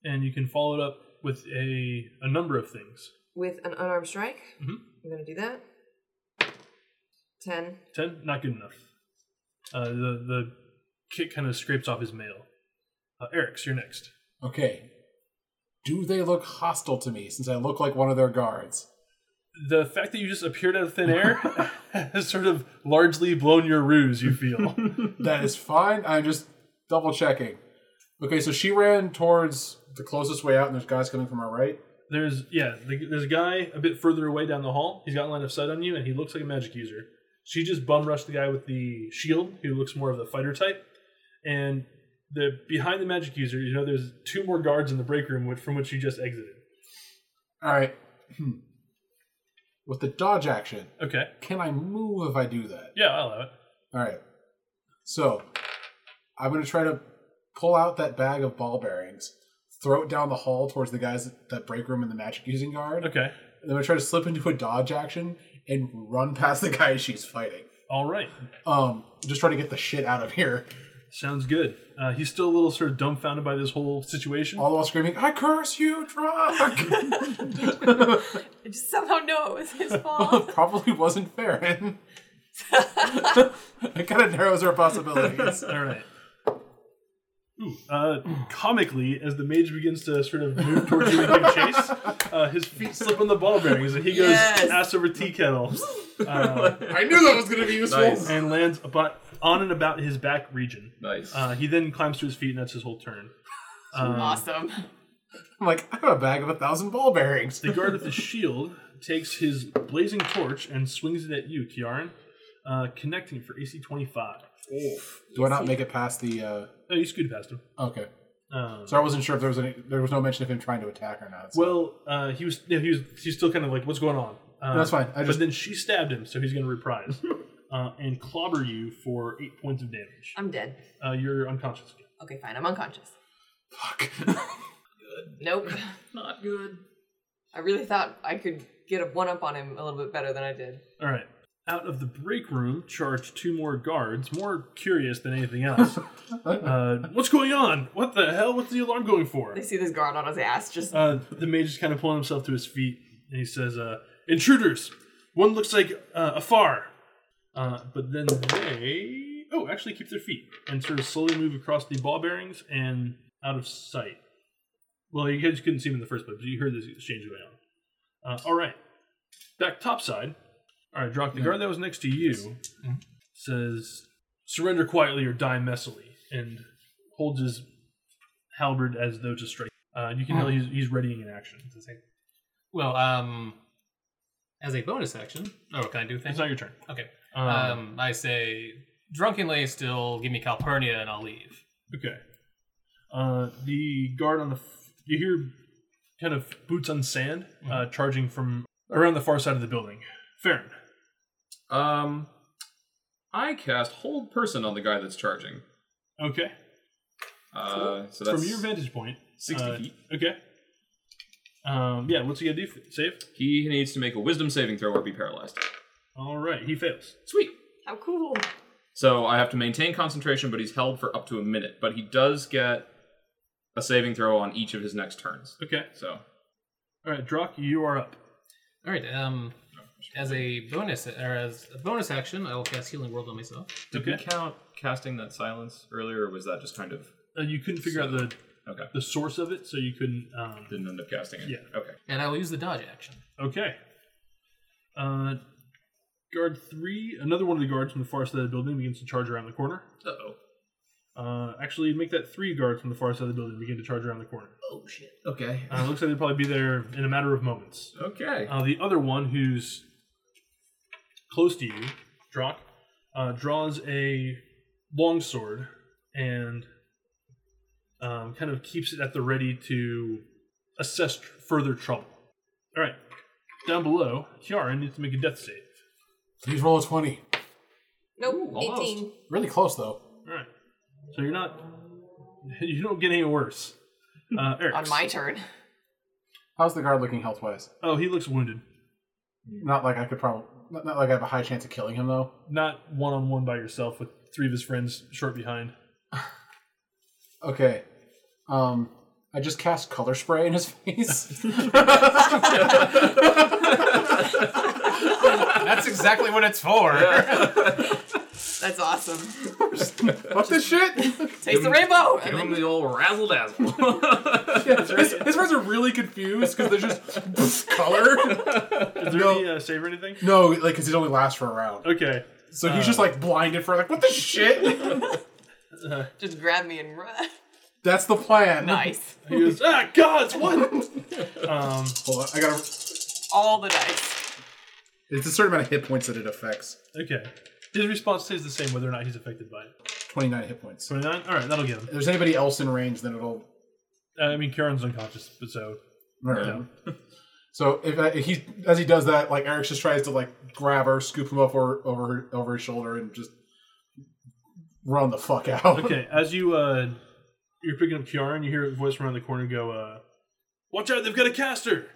Speaker 1: And you can follow it up with a a number of things.
Speaker 4: With an unarmed strike.
Speaker 1: Mhm.
Speaker 4: I'm going to do that. 10.
Speaker 1: Ten, not good enough. Uh, the the kick kind of scrapes off his mail. Uh, Eric's, you're next.
Speaker 3: [LAUGHS] Okay. Do they look hostile to me since I look like one of their guards?
Speaker 1: The fact that you just appeared out of thin air [LAUGHS] has sort of largely blown your ruse. You feel
Speaker 3: That is fine. I'm just double checking. Okay, so she ran towards the closest way out, and there's guys coming from our right.
Speaker 1: there's yeah the, there's a guy a bit further away down the hall. He's got line of sight on you, and he looks like a magic user. She just bum rushed the guy with the shield, who looks more of the fighter type, and the behind the magic user, you know, there's two more guards in the break room, which from which you just exited.
Speaker 3: All right. [CLEARS THROAT] Hmm. With the dodge action,
Speaker 1: Okay,
Speaker 3: can I move if I do that?
Speaker 1: yeah, I allow it.
Speaker 3: All right. So I'm going to try to pull out that bag of ball bearings, throw it down the hall towards the guys at that break room and the magic using guard.
Speaker 1: Okay,
Speaker 3: And then I'm going to try to slip into a dodge action and run past the [LAUGHS] guy she's fighting.
Speaker 1: all right.
Speaker 3: Um, just try to get the shit out of here.
Speaker 1: Sounds good. Uh, he's still a little sort of dumbfounded by this whole situation.
Speaker 3: All the while screaming, I curse you, truck! [LAUGHS]
Speaker 4: I just somehow know it was [LAUGHS] his fault.
Speaker 3: Probably wasn't Farron. [LAUGHS] it kind of narrows our possibilities.
Speaker 1: All right. Ooh, uh, comically, as the mage begins to sort of move towards you and give chase, uh, his feet slip on the ball bearings, and he goes
Speaker 4: Yes.
Speaker 1: ass over tea kettle uh,
Speaker 3: I knew that was going to be useful.
Speaker 5: Nice.
Speaker 1: and lands about on and about his back region.
Speaker 5: Nice.
Speaker 1: Uh, he then climbs to his feet, and that's his whole turn.
Speaker 4: awesome.
Speaker 3: I'm like, I have a bag of a thousand ball bearings.
Speaker 1: The guard with the shield takes his blazing torch and swings it at you, Kiaran, uh, connecting for AC 25.
Speaker 3: Do I not make it past the? uh
Speaker 1: Oh, you scooted past him.
Speaker 3: Okay,
Speaker 1: Um,
Speaker 3: so I wasn't sure if there was any. There was no mention of him trying to attack or not. so-
Speaker 1: Well, uh, he was yeah, he was he's still kind of like, what's going on? Uh,
Speaker 3: that's fine. I
Speaker 1: but
Speaker 3: just
Speaker 1: then she stabbed him, so he's going to
Speaker 3: [LAUGHS]
Speaker 1: reprise uh, and clobber you for eight points of damage.
Speaker 4: I'm dead.
Speaker 1: Uh, you're unconscious. again.
Speaker 3: [LAUGHS]
Speaker 4: Okay, fine. I'm unconscious.
Speaker 3: fuck.
Speaker 5: good.
Speaker 4: [LAUGHS] Nope.
Speaker 5: Not good.
Speaker 4: I really thought I could get a one up on him a little bit better than I did.
Speaker 1: All right. Out of the break room, charged two more guards, more curious than anything else. uh, what's going on? What the hell? What's the alarm going for?
Speaker 4: They see this guard on his ass just
Speaker 1: Uh, the mage is kind of pulling himself to his feet, and he says, uh, "Intruders! One looks like uh, afar." Uh, but then they, oh, actually keep their feet and sort of slowly move across the ball bearings and out of sight. Well, you guys couldn't see them in the first place, but you heard this exchange going on. Uh, all right, back topside. All right, Drock, the guard that was next to you says, "Surrender quietly or die messily," and holds his halberd as though to strike. Uh, you can tell he's, he's readying an action.
Speaker 2: Does it- Well, um, as a bonus action, oh, can I do
Speaker 1: It's
Speaker 2: things?
Speaker 1: not your turn.
Speaker 2: Okay.
Speaker 1: Um,
Speaker 2: Um, I say drunkenly still give me Calpurnia and I'll leave.
Speaker 1: okay. Uh, the guard on the f- you hear kind of boots on sand
Speaker 2: Mm-hmm.
Speaker 1: uh, charging from around the far side of the building. Farron,
Speaker 5: Um, I cast hold person on the guy that's charging.
Speaker 1: okay.
Speaker 5: Uh, so that's
Speaker 1: from your vantage point,
Speaker 5: 60
Speaker 1: uh,
Speaker 5: feet.
Speaker 1: Okay. Um, yeah, what's he gonna do? for- Save.
Speaker 5: He needs to make a wisdom saving throw or be paralyzed.
Speaker 1: All right, he fails.
Speaker 5: Sweet.
Speaker 4: how cool.
Speaker 5: So I have to maintain concentration, but he's held for up to a minute. But he does get a saving throw on each of his next turns.
Speaker 1: Okay.
Speaker 5: So
Speaker 1: All right, Drock, you are up.
Speaker 2: All right. Um, as a bonus or as a bonus action, I will cast Healing World on myself.
Speaker 5: did we
Speaker 1: Okay.
Speaker 5: count casting that silence earlier, or was that just kind of
Speaker 1: Uh, you couldn't figure out the
Speaker 5: okay?
Speaker 1: the source of it, so you couldn't. Um,
Speaker 5: Didn't end up casting it.
Speaker 1: Yeah.
Speaker 5: Okay.
Speaker 2: And I will use the dodge action.
Speaker 1: Okay. Uh, guard three, another one of the guards from the far side of the building begins to charge around the corner.
Speaker 5: Uh oh.
Speaker 1: Uh, actually, make that three guards from the far side of the building begin to charge around the corner.
Speaker 2: Oh shit!
Speaker 5: Okay.
Speaker 1: Uh, looks like they'll probably be there in a matter of moments.
Speaker 5: Okay.
Speaker 1: Uh, the other one, who's close to you, Drock, uh, draws a longsword and um, kind of keeps it at the ready to assess tr- further trouble. All right, down below, Kiara needs to make a death save.
Speaker 3: Please roll a 20.
Speaker 4: Nope.
Speaker 5: Ooh, almost.
Speaker 4: 18.
Speaker 3: Really close, though.
Speaker 1: All right, so you're not, you don't get any worse.
Speaker 4: [LAUGHS]
Speaker 1: Uh, Eric.
Speaker 4: On my turn.
Speaker 3: How's the guard looking health wise?
Speaker 1: oh, he looks wounded.
Speaker 3: Not like I could probably. Not, not like I have a high chance of killing him, though.
Speaker 1: Not one on one by yourself with three of his friends short behind.
Speaker 3: Okay. Um, I just cast color spray in his [LAUGHS] face.
Speaker 2: That's exactly what it's for.
Speaker 4: That's awesome.
Speaker 3: What's this shit?
Speaker 4: Taste the rainbow.
Speaker 5: Give
Speaker 4: And
Speaker 5: him
Speaker 4: then
Speaker 5: the old razzle dazzle.
Speaker 3: his, his friends are really confused because there's just [LAUGHS] color.
Speaker 1: Is there
Speaker 3: No.
Speaker 1: any uh, save or anything?
Speaker 3: No, like because it only lasts for a round.
Speaker 1: Okay.
Speaker 3: So he's just like blinded for like what the shit.
Speaker 4: just grab me and run. [LAUGHS]
Speaker 3: That's the plan.
Speaker 4: Nice.
Speaker 1: He goes, ah, gods, what? um,
Speaker 3: Hold on, I gotta. It's
Speaker 4: All the dice.
Speaker 3: a certain amount of hit points that it affects.
Speaker 1: okay. His response stays the same whether or not he's affected by it.
Speaker 3: Twenty nine hit points. If
Speaker 1: 29? All right, that'll get him.
Speaker 3: there's anybody else in range, then it'll.
Speaker 1: Uh, I mean, Karen's unconscious, but so.
Speaker 3: [LAUGHS] So if, I, if he as he does that, like Eric just tries to like grab her, scoop him up over over over his shoulder, and just run the fuck
Speaker 1: [LAUGHS]
Speaker 3: out.
Speaker 5: [LAUGHS]
Speaker 1: Okay, as you, uh, you're picking up Karen, you hear a voice from around the corner go, uh, watch out, they've got a [LAUGHS] caster!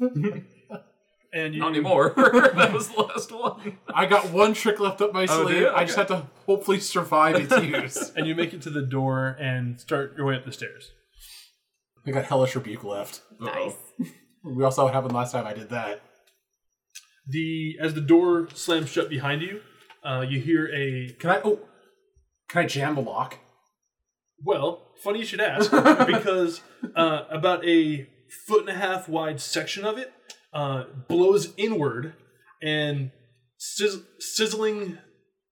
Speaker 1: and you.
Speaker 5: Not
Speaker 1: [LAUGHS]
Speaker 5: anymore. [LAUGHS] that was the last one.
Speaker 3: I got one trick left up my
Speaker 5: Oh, do
Speaker 3: sleeve.
Speaker 5: you?
Speaker 3: I just have
Speaker 5: Okay.
Speaker 3: to hopefully survive its use.
Speaker 5: [LAUGHS]
Speaker 1: And you make it to the door and start your way up the stairs.
Speaker 3: I got hellish rebuke left.
Speaker 4: Nice.
Speaker 3: We all saw what happened last time I did that.
Speaker 1: The as the door slams shut behind you, uh, you hear a
Speaker 3: Can I? Oh, can I jam the lock?
Speaker 1: Well, funny you should
Speaker 3: [LAUGHS]
Speaker 1: ask, because uh, about a foot and a half wide section of it uh, blows inward, and sizz- sizzling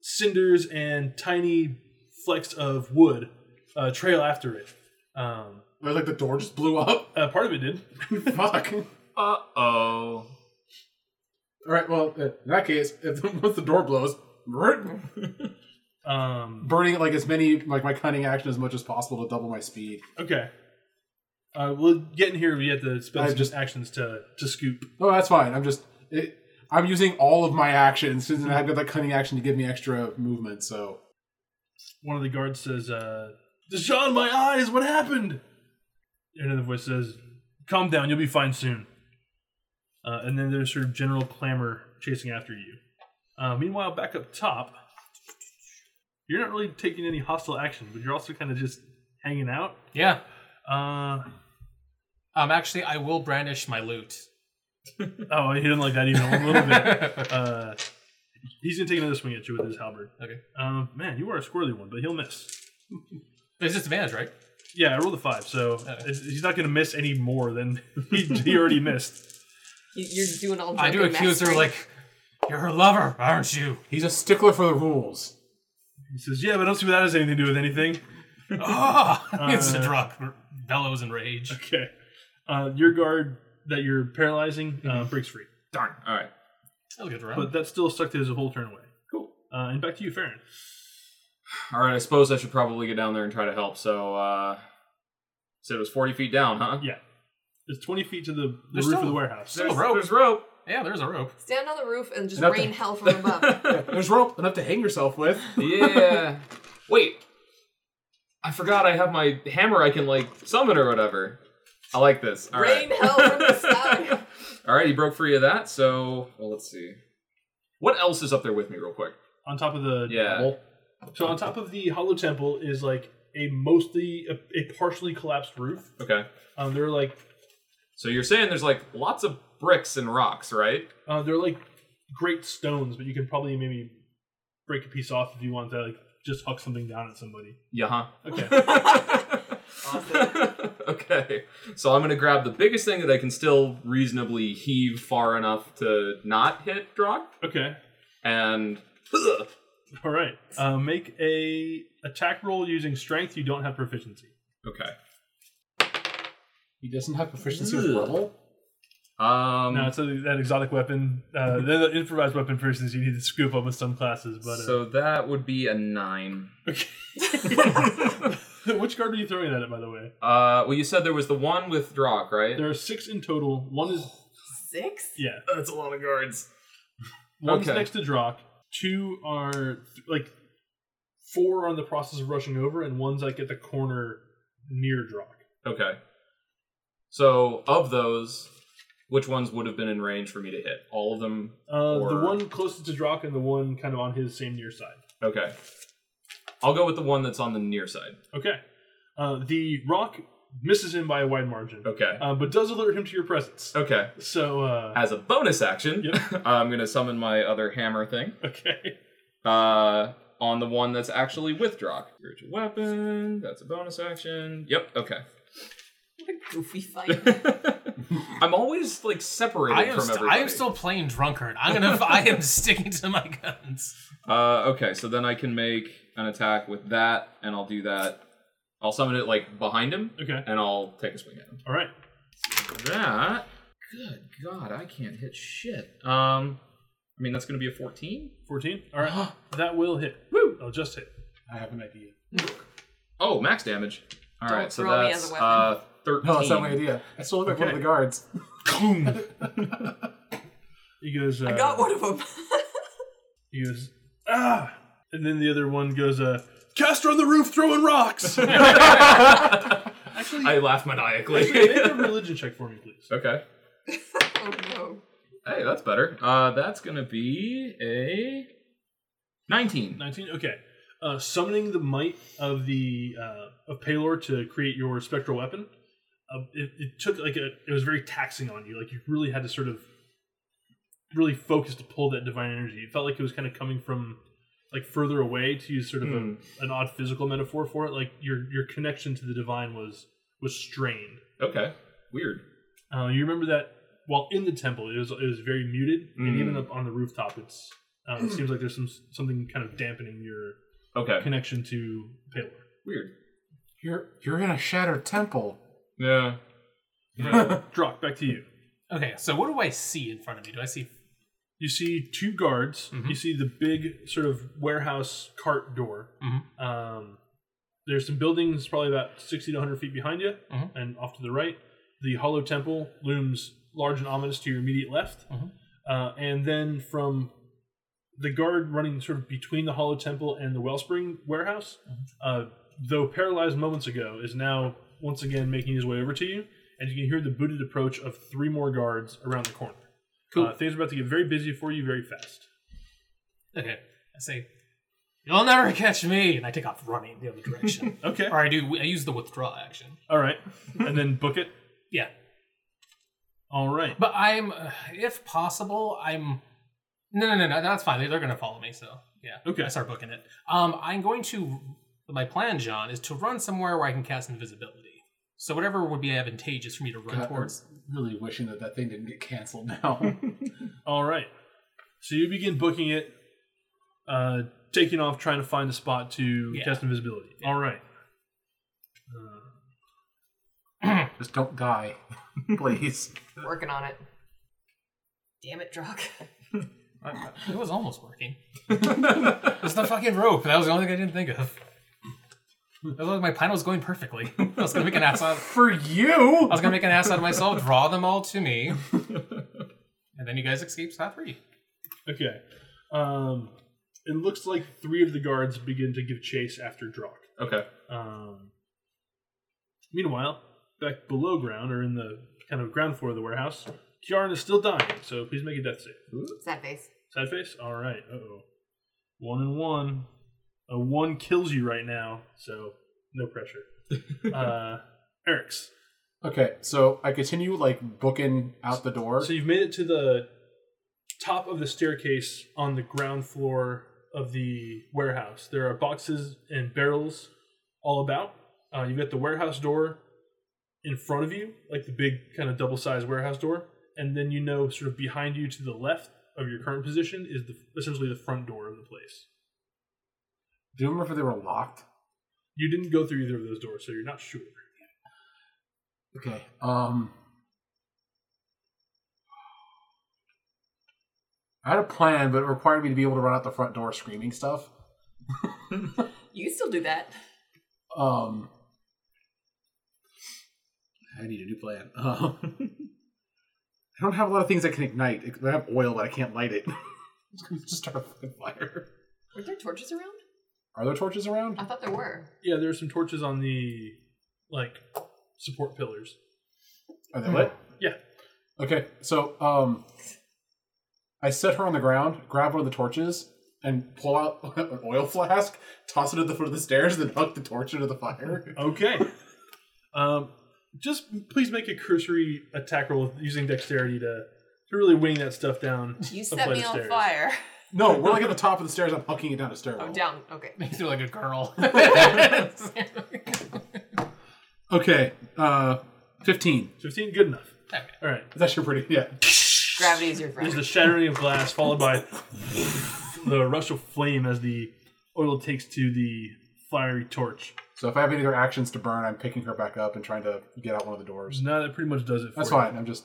Speaker 1: cinders and tiny flecks of wood uh, trail after it. Um,
Speaker 3: Where like the door just blew up. [LAUGHS]
Speaker 1: uh, part of it did.
Speaker 5: [LAUGHS]
Speaker 3: Fuck. All
Speaker 5: Uh oh.
Speaker 3: right. Well, in that case, if [LAUGHS] once the door
Speaker 5: [LAUGHS]
Speaker 3: blows,
Speaker 1: Um,
Speaker 3: burning like as many like my cunning action as much as possible to double my speed.
Speaker 1: okay. Uh, we'll get in here. We have to
Speaker 3: I
Speaker 1: spend some
Speaker 3: just-
Speaker 1: actions to, to scoop.
Speaker 3: Oh, that's fine. I'm just it, I'm using all of my actions since I've got that cunning action to give me extra movement. So
Speaker 1: One of the guards says, uh, Deshaun, my eyes, what happened? Another voice says, "Calm down, you'll be fine soon." Uh, and then there's sort of general clamor chasing after you. Uh, meanwhile, back up top, you're not really taking any hostile action, but you're also kind of just hanging out.
Speaker 2: Yeah.
Speaker 1: Uh,
Speaker 2: Um. Actually, I will brandish my loot. [LAUGHS]
Speaker 1: oh, he didn't like that even a little bit. Uh, he's gonna take another swing at you with his halberd.
Speaker 2: Okay.
Speaker 1: Um, man, you are a squirrely one, but he'll miss.
Speaker 2: There's disadvantage, right?
Speaker 1: Yeah, I rolled a five, so
Speaker 2: Okay.
Speaker 1: it's he's not gonna miss any more than [LAUGHS] he, he already missed.
Speaker 4: You- You're doing all.
Speaker 2: I do
Speaker 4: drunken
Speaker 2: accuse her
Speaker 4: mastering.
Speaker 2: like, you're her lover, aren't
Speaker 1: [LAUGHS]
Speaker 2: you?
Speaker 3: He's a stickler for the rules.
Speaker 1: He says, "Yeah, but I don't see that has anything to do with anything."
Speaker 2: Ah, [LAUGHS] it's a
Speaker 1: Uh,
Speaker 2: drunk. Bellows in rage.
Speaker 1: Okay. Uh, your guard that you're paralyzing uh, breaks free,
Speaker 5: Darn. All right.
Speaker 2: That'll get around.
Speaker 1: but that's still stuck to his whole turn away.
Speaker 5: Cool.
Speaker 1: Uh, and back to you, Farron.
Speaker 5: All right. I suppose I should probably get down there and try to help. So, uh, said it was forty feet down, huh?
Speaker 1: Yeah, it's twenty feet to the, the
Speaker 2: There's
Speaker 1: roof
Speaker 2: still-
Speaker 1: of the warehouse.
Speaker 2: there's-
Speaker 5: There's
Speaker 2: rope.
Speaker 5: There's rope.
Speaker 2: yeah, there's a rope.
Speaker 4: Stand on the roof and just
Speaker 3: Nothing.
Speaker 4: rain hell from above.
Speaker 5: [LAUGHS]
Speaker 3: There's rope enough to hang yourself with.
Speaker 5: yeah. Wait. I forgot I have my hammer I can like summon or whatever. I like this. All right.
Speaker 4: rain hell from Oh,
Speaker 1: [LAUGHS]
Speaker 4: the sky.
Speaker 5: [LAUGHS] All right, you broke free of that. So, well, let's see. What else is up there with me, real quick?
Speaker 1: on top of the
Speaker 5: Yeah.
Speaker 1: So on top of the hollow temple is like a mostly a, a partially collapsed roof.
Speaker 5: Okay.
Speaker 1: Um, they're like
Speaker 5: So you're saying there's like lots of bricks and rocks, right?
Speaker 1: uh, they're like great stones, but you can probably maybe break a piece off if you want to like just huck something down at somebody.
Speaker 5: Yeah. [LAUGHS]
Speaker 1: Okay.
Speaker 5: Huh. okay. So I'm gonna grab the biggest thing that I can still reasonably heave far enough to not hit Drock,
Speaker 1: okay.
Speaker 5: and
Speaker 1: All right. Uh, make a attack roll using strength. You don't have proficiency.
Speaker 5: okay.
Speaker 3: He doesn't have proficiency with
Speaker 5: Ugh.
Speaker 3: rubble.
Speaker 5: Um.
Speaker 1: No, it's a, that exotic weapon.
Speaker 5: [LAUGHS]
Speaker 1: Uh, then the improvised weapon proficiency you need to scoop up with some classes. But uh,
Speaker 5: so that would be a nine.
Speaker 1: [LAUGHS] which card are you throwing at it, by the way?
Speaker 5: [LAUGHS] Uh, well, you said there was the one with Drock, right?
Speaker 1: There are six in total. One is
Speaker 4: Six?
Speaker 1: yeah.
Speaker 5: That's a lot of guards.
Speaker 1: One's
Speaker 5: Okay.
Speaker 1: next to Drock. Two are th- like four are in the process of rushing over, and one's like at the corner near Drock.
Speaker 5: Okay. So of those, which ones would have been in range for me to hit? All of them.
Speaker 1: Uh, the
Speaker 5: Or-
Speaker 1: one closest to Drock and the one kind of on his same near side.
Speaker 5: Okay. I'll go with the one that's on the near side.
Speaker 1: Okay. Uh, the rock misses him by a wide margin,
Speaker 5: Okay.
Speaker 1: uh, but does alert him to your presence.
Speaker 5: Okay.
Speaker 1: So uh,
Speaker 5: As a bonus action,
Speaker 1: Yep.
Speaker 5: [LAUGHS] I'm gonna summon my other hammer thing.
Speaker 1: okay, [LAUGHS]
Speaker 5: Uh, on the one that's actually with Drock. Spiritual weapon. That's a bonus action. Yep. Okay. [LAUGHS]
Speaker 4: What a goofy fight.
Speaker 1: [LAUGHS]
Speaker 5: I'm always like separated
Speaker 2: I am,
Speaker 5: from
Speaker 2: st-
Speaker 5: everybody.
Speaker 2: I am still playing drunkard. I'm
Speaker 1: [LAUGHS]
Speaker 2: gonna. I am sticking to my guns.
Speaker 5: Uh, okay, so then I can make an attack with that, and I'll do that. I'll summon it like behind him,
Speaker 1: okay,
Speaker 5: and I'll take a swing at him.
Speaker 1: all right.
Speaker 5: That. Good God, I can't hit shit. Um, I mean that's gonna be a fourteen.
Speaker 1: Fourteen. All right, that will hit.
Speaker 5: Woo!
Speaker 1: Oh, just hit.
Speaker 3: I have an idea.
Speaker 5: Oh, max damage. All
Speaker 4: Don't
Speaker 5: right, so
Speaker 4: throw me
Speaker 5: that's
Speaker 4: as a weapon.
Speaker 5: uh thirteen.
Speaker 3: No, that's not my idea. I still look at one of
Speaker 1: Okay.
Speaker 3: the guards.
Speaker 1: He goes. Uh,
Speaker 4: I got one of them.
Speaker 1: He goes, ah! And then the other one goes, uh, Castor on the roof throwing
Speaker 3: [LAUGHS]
Speaker 1: rocks!
Speaker 5: [LAUGHS] I laugh maniacally.
Speaker 1: Actually, make a religion check for me, please.
Speaker 5: [LAUGHS] okay.
Speaker 4: [LAUGHS] oh no.
Speaker 5: Hey, that's better. Uh, that's gonna be a nineteen.
Speaker 1: 19? Okay. Uh, summoning the might of the uh, of Palor to create your spectral weapon, uh, it, it took like a, it was very taxing on you. Like you really had to sort of really focus to pull that divine energy. It felt like it was kind of coming from like further away. To use sort of
Speaker 5: Hmm.
Speaker 1: a, an odd physical metaphor for it, like your your connection to the divine was was strained.
Speaker 5: Okay. Weird.
Speaker 1: Uh, you remember that while in the temple, it was it was very muted, and
Speaker 5: Mm.
Speaker 1: even up on the rooftop, it's uh, it seems like there's some something kind of dampening your
Speaker 5: Okay.
Speaker 1: connection to Palor.
Speaker 5: Weird.
Speaker 3: You're you're in a shattered temple.
Speaker 5: Yeah.
Speaker 1: Drock, back to you.
Speaker 2: Okay, so what do I see in front of me? Do I see?
Speaker 1: You see two guards.
Speaker 2: Mhm.
Speaker 1: You see the big sort of warehouse cart door.
Speaker 2: Mhm.
Speaker 1: Um, there's some buildings probably about 60 to 100 feet behind you,
Speaker 2: Mhm.
Speaker 1: and off to the right, the hollow temple looms large and ominous to your immediate left.
Speaker 2: Mhm.
Speaker 1: Uh, and then from the guard running sort of between the hollow temple and the wellspring warehouse, uh, though paralyzed moments ago, is now once again making his way over to you, and you can hear the booted approach of three more guards around the corner.
Speaker 5: Cool.
Speaker 1: Uh, things are about to get very busy for you very fast.
Speaker 2: Okay. I say, You'll never catch me! And I take off running the other
Speaker 1: [LAUGHS]
Speaker 2: direction.
Speaker 1: Okay.
Speaker 2: or I do, I use the withdraw action.
Speaker 1: All right. and then book it.
Speaker 2: [LAUGHS] Yeah.
Speaker 1: All right.
Speaker 2: But I'm, uh, if possible, I'm. No, no, no, no. That's fine. They- They're going to follow me. So yeah.
Speaker 1: Okay.
Speaker 2: I start booking it. Um, I'm going to. My plan, John, is to run somewhere where I can cast invisibility. So whatever would be advantageous for me to run
Speaker 3: God, I'm
Speaker 2: towards.
Speaker 3: really wishing that that thing didn't get canceled [LAUGHS] now.
Speaker 1: All right. So you begin booking it, uh, taking off, trying to find a spot to
Speaker 2: Yeah.
Speaker 1: cast invisibility. All right.
Speaker 3: Just don't die, [LAUGHS] please.
Speaker 4: Working on it. Damn it, Drog.
Speaker 2: It was almost [LAUGHS] working. it's the fucking rope. That was the only thing I didn't think of. That was like my plan was going perfectly. I was gonna make an ass out. Of,
Speaker 3: For you?
Speaker 2: I was gonna make an ass out of myself. Draw them all to me, and then you guys escape scot free.
Speaker 1: Okay. Um, it looks like three of the guards begin to give chase after Drock.
Speaker 5: Okay.
Speaker 1: Um, meanwhile, back below ground or in the kind of ground floor of the warehouse, Kiaran is still dying, so please make a death save.
Speaker 4: [LAUGHS] Sad face.
Speaker 1: Sad face? All right. Uh oh. One and one. A one kills you right now, so no pressure. uh, Eric's.
Speaker 3: Okay, so I continue like booking out the door.
Speaker 1: So you've made it to the top of the staircase on the ground floor of the warehouse. There are boxes and barrels all about. Uh, you've got the warehouse door in front of you, like the big kind of double sized warehouse door. And then you know, sort of behind you to the left of your current position is the, essentially the front door of the place.
Speaker 3: Do you remember if they were locked?
Speaker 1: You didn't go through either of those doors, so you're not sure.
Speaker 3: Okay. Um I had a plan, but it required me to be able to run out the front door screaming stuff.
Speaker 4: You can still do that.
Speaker 3: Um I need a new plan. [LAUGHS] Um, I don't have a lot of things I can ignite. I have oil, but I can't light it. [LAUGHS] Just start a fucking fire.
Speaker 4: Were there torches around?
Speaker 3: Are there torches around?
Speaker 4: I thought there were.
Speaker 1: Yeah, there are some torches on the like support pillars.
Speaker 3: Are they lit?
Speaker 1: Yeah.
Speaker 3: Okay, so um, I set her on the ground, grab one of the torches, and pull out [LAUGHS] an oil flask, toss it at the foot of the stairs, then hook the torch into
Speaker 1: [LAUGHS]
Speaker 3: the fire.
Speaker 1: Okay. um, just please make a cursory attack roll using dexterity to, to really wing that stuff down.
Speaker 4: You
Speaker 1: a
Speaker 4: set
Speaker 1: flight
Speaker 4: me
Speaker 1: of
Speaker 4: on
Speaker 1: stairs.
Speaker 4: fire.
Speaker 3: No, we're like at the top of the stairs. I'm hucking it down a stairwell.
Speaker 4: Oh, down. Okay.
Speaker 2: Makes me like a girl.
Speaker 3: Okay, uh, fifteen.
Speaker 1: Fifteen, good enough.
Speaker 2: Okay.
Speaker 1: All right.
Speaker 3: It's actually pretty. Yeah.
Speaker 4: Gravity is your
Speaker 1: There's the
Speaker 4: friend.
Speaker 1: shattering of glass, followed by the rush of flame as the oil takes to the fiery torch.
Speaker 3: So if I have any other actions to burn, I'm picking her back up and trying to get out one of the doors.
Speaker 1: Now that pretty much does it. For
Speaker 3: That's
Speaker 1: you.
Speaker 3: fine. I'm just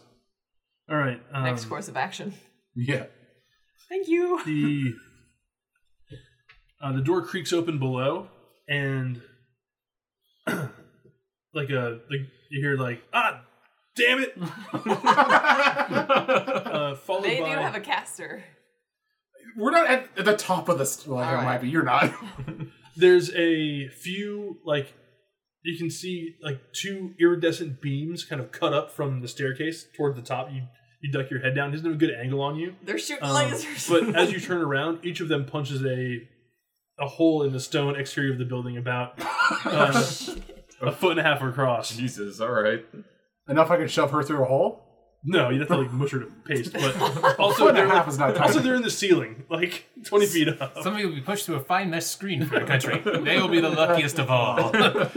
Speaker 1: All right. Um,
Speaker 4: Next course of action.
Speaker 3: yeah. [LAUGHS]
Speaker 4: Thank you.
Speaker 1: the uh, the door creaks open below, and [CLEARS THROAT] like a like you hear like ah, damn it,
Speaker 4: [LAUGHS]
Speaker 1: uh, followed
Speaker 4: They do
Speaker 1: by
Speaker 4: have a caster.
Speaker 3: we're not at, at the top of the. St- well, I
Speaker 4: All
Speaker 3: might
Speaker 4: right.
Speaker 3: be. You're not. [LAUGHS]
Speaker 1: there's a few like you can see like two iridescent beams kind of cut up from the staircase toward the top. You you duck your head down. Isn't a good angle on you?
Speaker 4: They're
Speaker 3: [LAUGHS]
Speaker 4: shooting
Speaker 1: Um,
Speaker 4: lasers.
Speaker 1: but
Speaker 4: [LAUGHS]
Speaker 1: as you turn around, each of them punches a a hole in the stone exterior of the building
Speaker 3: [LAUGHS]
Speaker 1: about
Speaker 3: Oh,
Speaker 1: uh, a foot and a half across.
Speaker 5: Jesus. All right. [LAUGHS]
Speaker 3: Enough. I could shove her through a hole.
Speaker 1: No, you'd have to like mush her to paste.
Speaker 3: [LAUGHS]
Speaker 1: But
Speaker 3: Foot
Speaker 1: also
Speaker 3: and a
Speaker 1: they're
Speaker 3: half is not tiny.
Speaker 1: also they're in the ceiling, like [LAUGHS] twenty feet up.
Speaker 2: [LAUGHS] Somebody will be pushed through a fine mesh screen for the country. They will be the luckiest of all. I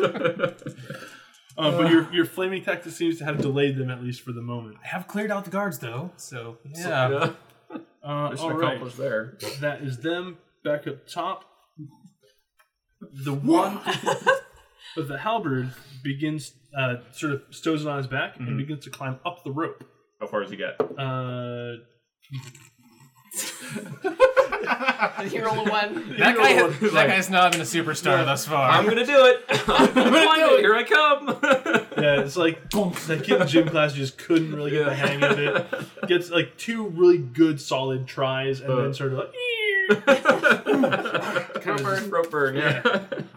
Speaker 1: Uh, but your your flaming tactic seems to have delayed them at least for the moment.
Speaker 2: have cleared out the guards though, so yeah.
Speaker 1: Uh,
Speaker 5: Mission
Speaker 1: all right.
Speaker 5: accomplished there.
Speaker 1: That is them back up top. The one
Speaker 3: [LAUGHS]
Speaker 1: but the halberd begins uh, sort of stows it on his back and begins to climb up the rope.
Speaker 5: How far does he get?
Speaker 1: Uh,
Speaker 4: you roll a
Speaker 1: [LAUGHS]
Speaker 4: one.
Speaker 2: That, guy,
Speaker 5: You're the one
Speaker 2: that
Speaker 5: who's like,
Speaker 2: guy's not been a superstar thus far.
Speaker 5: I'm gonna do [LAUGHS] it. I'm gonna do it. Here I [LAUGHS] come.
Speaker 1: yeah, it's like [LAUGHS] that kid in gym class just couldn't really get the hang of it. Gets like two really good solid tries and
Speaker 5: Uh.
Speaker 1: then sort of
Speaker 5: [LAUGHS]
Speaker 1: like
Speaker 5: Rope burn. Rope burn. Yeah.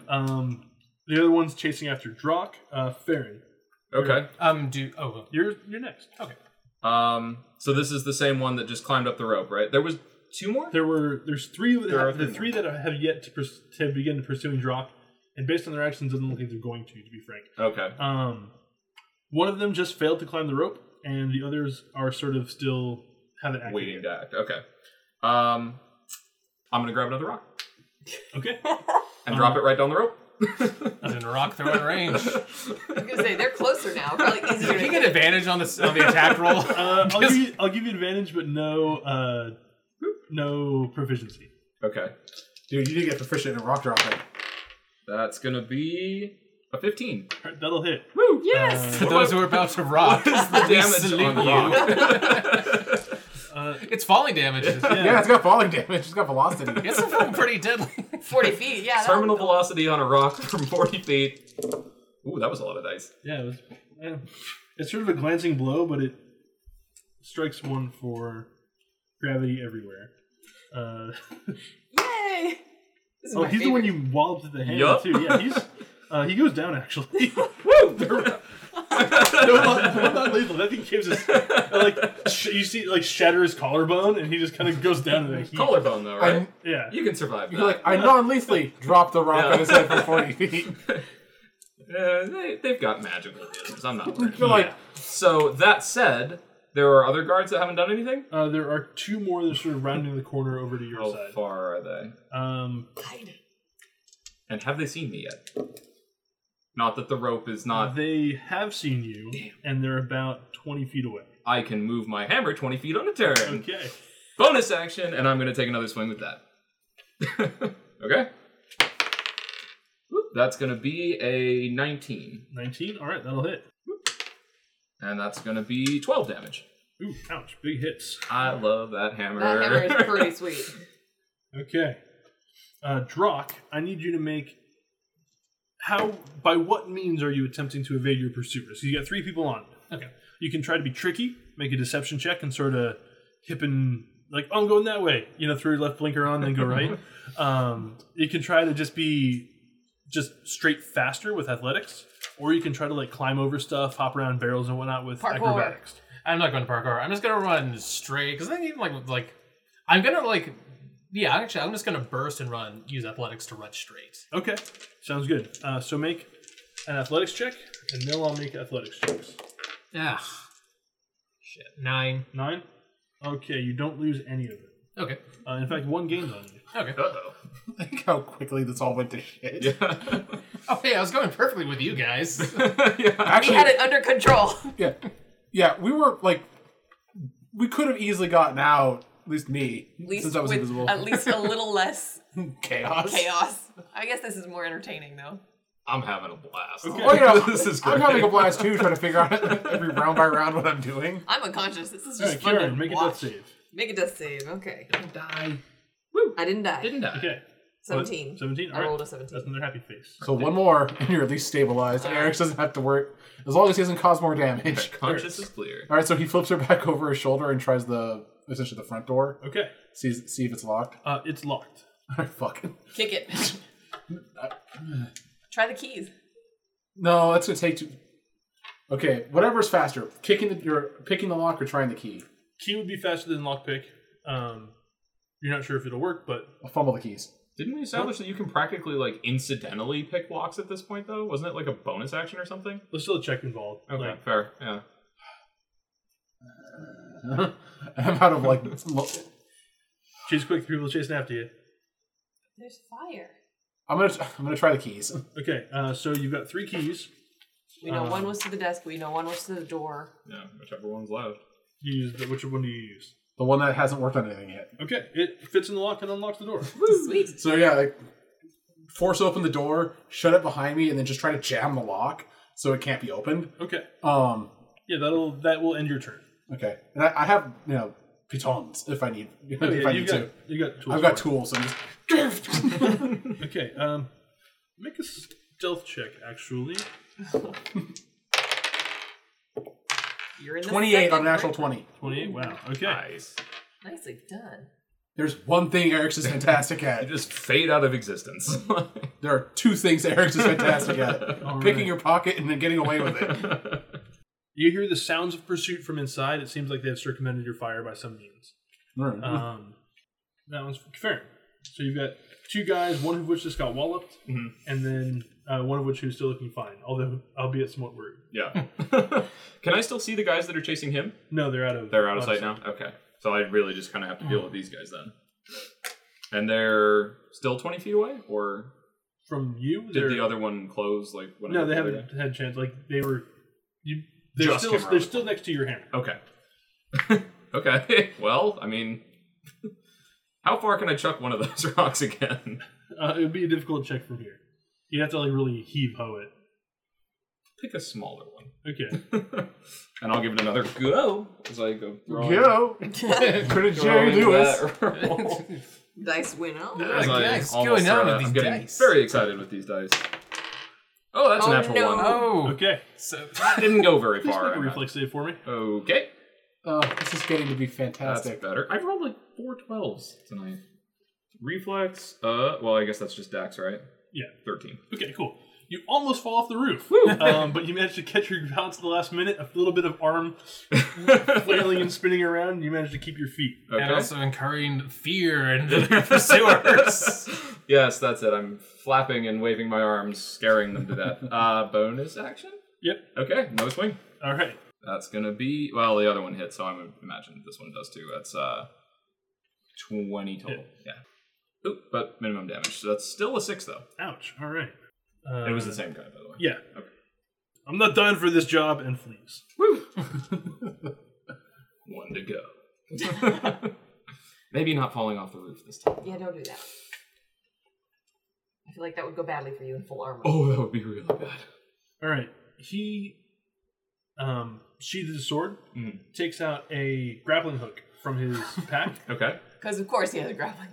Speaker 1: um, The other one's chasing after Drock. Uh, Farron,
Speaker 5: [LAUGHS] Okay.
Speaker 2: Um, do oh
Speaker 1: you're you're next.
Speaker 2: okay.
Speaker 5: Um, so this is the same one that just climbed up the rope, right? There was two more.
Speaker 1: There were there's three that
Speaker 5: There are
Speaker 1: have, the three
Speaker 5: three
Speaker 1: that have yet to, pers- to begin pursuing Drock, and based on their actions, doesn't look like they're going to. To be frank,
Speaker 5: Okay.
Speaker 1: um, one of them just failed to climb the rope, and the others are sort of still haven't acted.
Speaker 5: Waiting to act. Okay. Um, I'm gonna grab another rock
Speaker 1: Okay,
Speaker 5: and drop it right down the rope.
Speaker 2: He's in rock throwing range.
Speaker 4: I was gonna say they're closer now. Probably
Speaker 1: [LAUGHS]
Speaker 4: easier.
Speaker 2: Did
Speaker 4: to
Speaker 2: he get advantage on the on the attack roll? [LAUGHS]
Speaker 1: uh, I'll, give you, I'll give you advantage, but no uh, no proficiency.
Speaker 5: Okay.
Speaker 3: Dude, you did get proficient in rock dropping.
Speaker 5: That's gonna be a [LAUGHS] 15.
Speaker 1: Alright, That'll hit.
Speaker 5: Woo!
Speaker 1: Uh,
Speaker 4: Yes.
Speaker 2: to those who are about to rock.
Speaker 5: The
Speaker 2: We
Speaker 5: damage
Speaker 2: salute
Speaker 5: on
Speaker 2: you.
Speaker 5: [LAUGHS] rock.
Speaker 2: [LAUGHS]
Speaker 1: Uh,
Speaker 2: It's falling damage.
Speaker 1: Yeah.
Speaker 2: Yeah.
Speaker 3: Yeah, it's got falling damage. It's got
Speaker 4: [LAUGHS]
Speaker 3: velocity.
Speaker 2: It's a pretty deadly. [LAUGHS]
Speaker 4: Forty feet. Yeah. that-
Speaker 5: Terminal velocity on a rock [LAUGHS] from 40 feet. Ooh, that was a lot of dice.
Speaker 1: Yeah, it was, yeah. it's sort of a glancing blow, but it strikes one for gravity everywhere. Uh,
Speaker 4: Yay. This is
Speaker 1: oh,
Speaker 4: my
Speaker 1: he's the one
Speaker 4: favorite.
Speaker 1: you walloped the hand
Speaker 5: Yup.
Speaker 1: too. Yeah, he's uh, he goes down [LAUGHS] actually.
Speaker 5: Woo!
Speaker 1: no, not, no, not lethal. That thing gives us uh, like sh- you see like shatter his collarbone, and he just kind of goes down in a heap.
Speaker 5: [LAUGHS] Collarbone, though, right?
Speaker 3: I,
Speaker 1: Yeah,
Speaker 5: You can survive that.
Speaker 3: you're like, I non-lethally dropped the rock
Speaker 5: Yeah.
Speaker 3: on his head for 40
Speaker 4: [LAUGHS]
Speaker 3: feet.
Speaker 5: Uh, they, they've got magical abilities. I'm not worried.
Speaker 3: You're like,
Speaker 5: So that said, there are other guards that haven't done anything.
Speaker 1: uh, there are two more that are sort of rounding the corner over to your
Speaker 5: How
Speaker 1: side.
Speaker 5: far are they?
Speaker 1: Um,
Speaker 5: And have they seen me yet? Not that the rope is not.
Speaker 1: Uh, they have seen you, and they're about twenty feet away.
Speaker 5: I can move my hammer 20 feet on a turn.
Speaker 1: Okay,
Speaker 5: Bonus action, and I'm going to take another swing with that. [LAUGHS] okay. Whoop, That's going to be a 19.
Speaker 1: nineteen. All right, that'll hit.
Speaker 5: And that's going to be 12 damage.
Speaker 1: Ooh, ouch! Big hits.
Speaker 5: I love that
Speaker 4: [LAUGHS]
Speaker 5: hammer.
Speaker 4: That hammer is pretty sweet.
Speaker 1: Okay. Uh, Drock, I need you to make. How? By what means are you attempting to evade your pursuers? You got three people on. Okay. You can try to be tricky, make a deception check, and sort of hip and like, oh, I'm going that way. You know, throw your left blinker on, then go right. um, you can try to just be just straight faster with athletics, or you can try to like climb over stuff, hop around barrels and whatnot with
Speaker 4: Parkour.
Speaker 1: acrobatics.
Speaker 2: I'm not going to parkour. I'm just gonna run straight because I think even like like I'm gonna like yeah actually I'm just gonna burst and run use athletics to run straight.
Speaker 1: Okay, sounds good. Uh, so make an athletics check, and they'll all make athletics checks.
Speaker 2: Ah, shit nine.
Speaker 1: Nine. Okay, you don't lose any of it.
Speaker 2: Okay,
Speaker 1: Uh, in fact, one gain's on you.
Speaker 2: okay.
Speaker 5: [LAUGHS] Uh-oh.
Speaker 3: think how quickly this all went to shit.
Speaker 5: Yeah. [LAUGHS]
Speaker 2: Oh hey, I was going perfectly with you guys.
Speaker 5: yeah.
Speaker 4: We
Speaker 3: Actually,
Speaker 4: had it under control. [LAUGHS]
Speaker 3: yeah, yeah, we were like, we could have easily gotten out. At least me,
Speaker 4: At least
Speaker 3: since I was
Speaker 4: with
Speaker 3: invisible.
Speaker 4: at least a little less
Speaker 3: [LAUGHS] chaos.
Speaker 4: chaos. I guess this is more entertaining though.
Speaker 5: I'm having a blast.
Speaker 3: Oh, you know,
Speaker 5: [LAUGHS] this is great.
Speaker 3: I'm having a blast too, trying to figure out [LAUGHS] every round by round what I'm doing.
Speaker 4: I'm unconscious. This is
Speaker 1: All
Speaker 4: just
Speaker 1: right,
Speaker 4: fun
Speaker 1: Kieran,
Speaker 4: to
Speaker 1: make a death
Speaker 4: watch.
Speaker 1: save.
Speaker 4: Make a death save. Okay.
Speaker 5: die.
Speaker 4: I didn't die.
Speaker 5: Didn't I?
Speaker 1: Okay. What?
Speaker 4: Seventeen.
Speaker 1: Seventeen.
Speaker 4: I
Speaker 1: All
Speaker 4: rolled a
Speaker 1: right. That's
Speaker 4: seventeen.
Speaker 1: another happy face.
Speaker 3: So one more, and you're at least stabilized. And Eric doesn't have to work as long as he doesn't cause more
Speaker 5: [LAUGHS]
Speaker 3: damage.
Speaker 5: Conscious is clear.
Speaker 3: All right, so he flips her [LAUGHS] back over his shoulder and tries the essentially the front door.
Speaker 1: Okay.
Speaker 3: Sees see if it's locked. [LAUGHS]
Speaker 1: Uh, it's locked.
Speaker 3: Fucking
Speaker 4: Kick it. Try the keys.
Speaker 3: no, that's gonna take two. Okay, whatever's faster, kicking the, you're picking the lock or trying the key.
Speaker 1: Key would be faster than lockpick. Um, you're not sure if it'll work, but
Speaker 3: I'll fumble the keys. [LAUGHS]
Speaker 5: Didn't we establish that you can practically like incidentally pick locks at this point though? Wasn't it like a bonus action or something?
Speaker 1: there's still a check involved.
Speaker 5: Okay,
Speaker 1: Like,
Speaker 5: fair. Yeah.
Speaker 3: I'm out of like [LAUGHS] lo-
Speaker 1: chase quick. People are chasing after you.
Speaker 4: There's fire.
Speaker 3: I'm gonna I'm gonna try the keys.
Speaker 1: Okay. Uh, so you've got three keys.
Speaker 4: We know one
Speaker 1: Um,
Speaker 4: was to the desk. We know one was to the door.
Speaker 5: Yeah, whichever one's loud.
Speaker 1: You use the, which one do you use?
Speaker 3: The one that hasn't worked on anything yet.
Speaker 1: Okay. It fits in the lock and unlocks the door.
Speaker 4: Sweet.
Speaker 3: So yeah, like force open the door, shut it behind me, and then just try to jam the lock so it can't be opened.
Speaker 1: Okay.
Speaker 3: Um,
Speaker 1: Yeah. That'll that will end your turn.
Speaker 3: okay, and I, I have you know pitons if I need [LAUGHS] if
Speaker 1: Oh, yeah,
Speaker 3: I
Speaker 1: you
Speaker 3: need
Speaker 1: got
Speaker 3: to.
Speaker 1: you got tools
Speaker 3: I've
Speaker 1: for
Speaker 3: got
Speaker 1: it.
Speaker 3: tools. So I'm just
Speaker 1: Okay, um, make a stealth check, actually.
Speaker 4: You're in the
Speaker 3: twenty eight on
Speaker 4: second
Speaker 3: an actual
Speaker 4: room.
Speaker 3: twenty.
Speaker 1: 28, wow, okay.
Speaker 5: Nice.
Speaker 4: Nicely done.
Speaker 3: There's one thing Eric's is fantastic
Speaker 5: [LAUGHS] You
Speaker 3: at.
Speaker 5: just fade out of existence. [LAUGHS]
Speaker 3: There are two things Eric's is fantastic at:
Speaker 1: All
Speaker 3: picking
Speaker 1: right.
Speaker 3: your pocket and then getting away with
Speaker 5: [LAUGHS] Uh,
Speaker 3: it.
Speaker 1: You hear the sounds of pursuit from inside. It seems like they have circumvented your fire by some means.
Speaker 5: Mm-hmm.
Speaker 1: Um, that one's for Kefaren. So you've got two guys, one of which just got walloped,
Speaker 5: Mm-hmm.
Speaker 1: and then uh, one of which who's still looking fine, although albeit somewhat worried.
Speaker 5: yeah. [LAUGHS] Can I still see the guys that are chasing him?
Speaker 1: No, they're out of
Speaker 5: They're out of sight now. Okay. So I really just kind of have to deal
Speaker 1: Mm.
Speaker 5: with these guys then. And they're still 20 feet away, or
Speaker 1: From you,
Speaker 5: did
Speaker 1: they're-
Speaker 5: the other one close? Like when I
Speaker 1: No,
Speaker 5: got
Speaker 1: they
Speaker 5: the other
Speaker 1: haven't had a chance. Like they were, you. They're
Speaker 5: Just came
Speaker 1: still
Speaker 5: around
Speaker 1: they're
Speaker 5: the
Speaker 1: still next to your hammer.
Speaker 5: Okay. okay. [LAUGHS] well, I mean, [LAUGHS] how far can I chuck one of those [LAUGHS] rocks again?
Speaker 1: Uh, it would be a difficult check from here. You'd have to like really heave ho it.
Speaker 5: Pick a smaller one. [LAUGHS]
Speaker 1: Okay.
Speaker 5: and I'll give it another go as I go. throw it-
Speaker 3: Yo, pretty
Speaker 5: throw
Speaker 3: Jerry
Speaker 5: into
Speaker 3: Lewis.
Speaker 5: that [LAUGHS] roll.
Speaker 1: [LAUGHS]
Speaker 4: Dice win Oh, up.
Speaker 5: As I
Speaker 2: Nice, going
Speaker 5: almost
Speaker 2: down
Speaker 5: throw
Speaker 2: with
Speaker 5: it.
Speaker 2: these
Speaker 5: I'm getting
Speaker 2: dice.
Speaker 5: very excited with these dice. Oh, that's
Speaker 4: Oh,
Speaker 5: a natural
Speaker 4: no.
Speaker 5: one.
Speaker 2: Oh,
Speaker 1: Okay.
Speaker 2: so
Speaker 5: That [LAUGHS] didn't go very
Speaker 1: Please
Speaker 5: far.
Speaker 1: make a
Speaker 5: I
Speaker 1: reflex save for me.
Speaker 5: got. Okay,
Speaker 3: Oh, this is getting to be
Speaker 5: that's
Speaker 3: fantastic.
Speaker 5: better. I rolled like four 12s tonight. Reflex. Uh, well, I guess that's just Dax, right?
Speaker 1: Yeah.
Speaker 2: [LAUGHS]
Speaker 5: Thirteen.
Speaker 1: Okay. Cool. You almost fall off the roof, um, but you managed to catch your balance at the last minute. A little bit of arm flailing and spinning around. You managed to keep your feet.
Speaker 5: Okay.
Speaker 2: and also incurring fear in the [LAUGHS]
Speaker 1: [LAUGHS]
Speaker 2: pursuers.
Speaker 5: [LAUGHS] yes, that's it. I'm flapping and waving my arms, scaring them to [LAUGHS] death. Uh, bonus action?
Speaker 1: Yep.
Speaker 5: Okay, no swing.
Speaker 1: All right.
Speaker 5: That's gonna be well. The other one hit, so I would imagine this one does too. That's uh, twenty total. Yeah. Oop, but minimum damage. So that's still a six though.
Speaker 1: Ouch. All right. Uh,
Speaker 5: it was the same guy, by the way.
Speaker 1: Yeah.
Speaker 5: Okay.
Speaker 1: I'm not done for this job and flees.
Speaker 5: One to go. Maybe not falling off the roof this time.
Speaker 4: Yeah, don't do that. I feel like that would go badly for you in full armor.
Speaker 5: Oh, that would be really bad.
Speaker 1: All right. He um, sheathes his sword,
Speaker 5: Mm.
Speaker 1: takes out a grappling hook from his pack. I
Speaker 5: Okay.
Speaker 4: Because of course he has a grappling.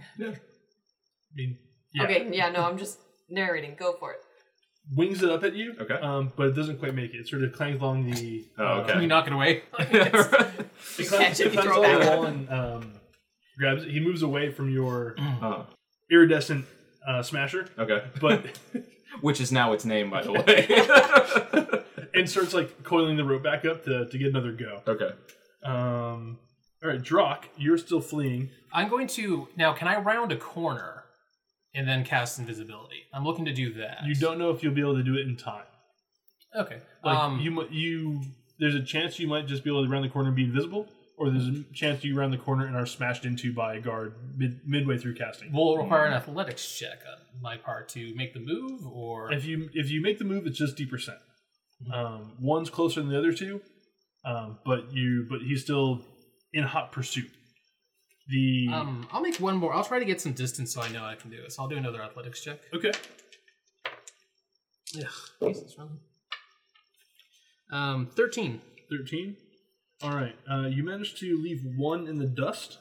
Speaker 1: mean, yeah.
Speaker 4: Okay, yeah, no, I'm just narrating. Go for it.
Speaker 1: Wings it up at you.
Speaker 5: Okay.
Speaker 1: Um, but it doesn't quite make it. It sort of clangs along the. uh,
Speaker 5: Oh, okay.
Speaker 2: Can we knock it away?
Speaker 1: It
Speaker 4: Catch
Speaker 1: climbs,
Speaker 4: it,
Speaker 1: it climbs
Speaker 4: throw
Speaker 1: along
Speaker 4: it
Speaker 1: the
Speaker 4: back.
Speaker 1: wall and um, grabs it. He moves away from your
Speaker 5: [LAUGHS] oh,
Speaker 1: iridescent uh, smasher,
Speaker 5: okay.
Speaker 1: but
Speaker 4: [LAUGHS]
Speaker 5: Which is now its name, by the way.
Speaker 1: and starts like coiling the rope back up to, to get another go.
Speaker 5: [LAUGHS] okay.
Speaker 1: Um, all right, Drock, you're still fleeing.
Speaker 2: I'm going to now. Can I round a corner and then cast invisibility? I'm looking to do that.
Speaker 1: You don't know if you'll be able to do it in time.
Speaker 2: Okay.
Speaker 1: Like
Speaker 2: um,
Speaker 1: you, mi- you, there's a chance you might just be able to round the corner and be invisible, or there's a
Speaker 4: Mm-hmm.
Speaker 1: chance you round the corner and are smashed into by a guard mid, midway through casting.
Speaker 2: will require an athletics check on my part to make the move, or
Speaker 1: If you if you make the move, it's just d percent. Um, one's closer than the other two, um, but you but he's still in hot pursuit. The
Speaker 2: um, I'll make one more. I'll try to get some distance so I know I can do this. I'll do another athletics check.
Speaker 1: okay,
Speaker 2: Ugh, Jesus, wrong. Um, thirteen.
Speaker 1: thirteen. All right, uh, you managed to leave one in the dust,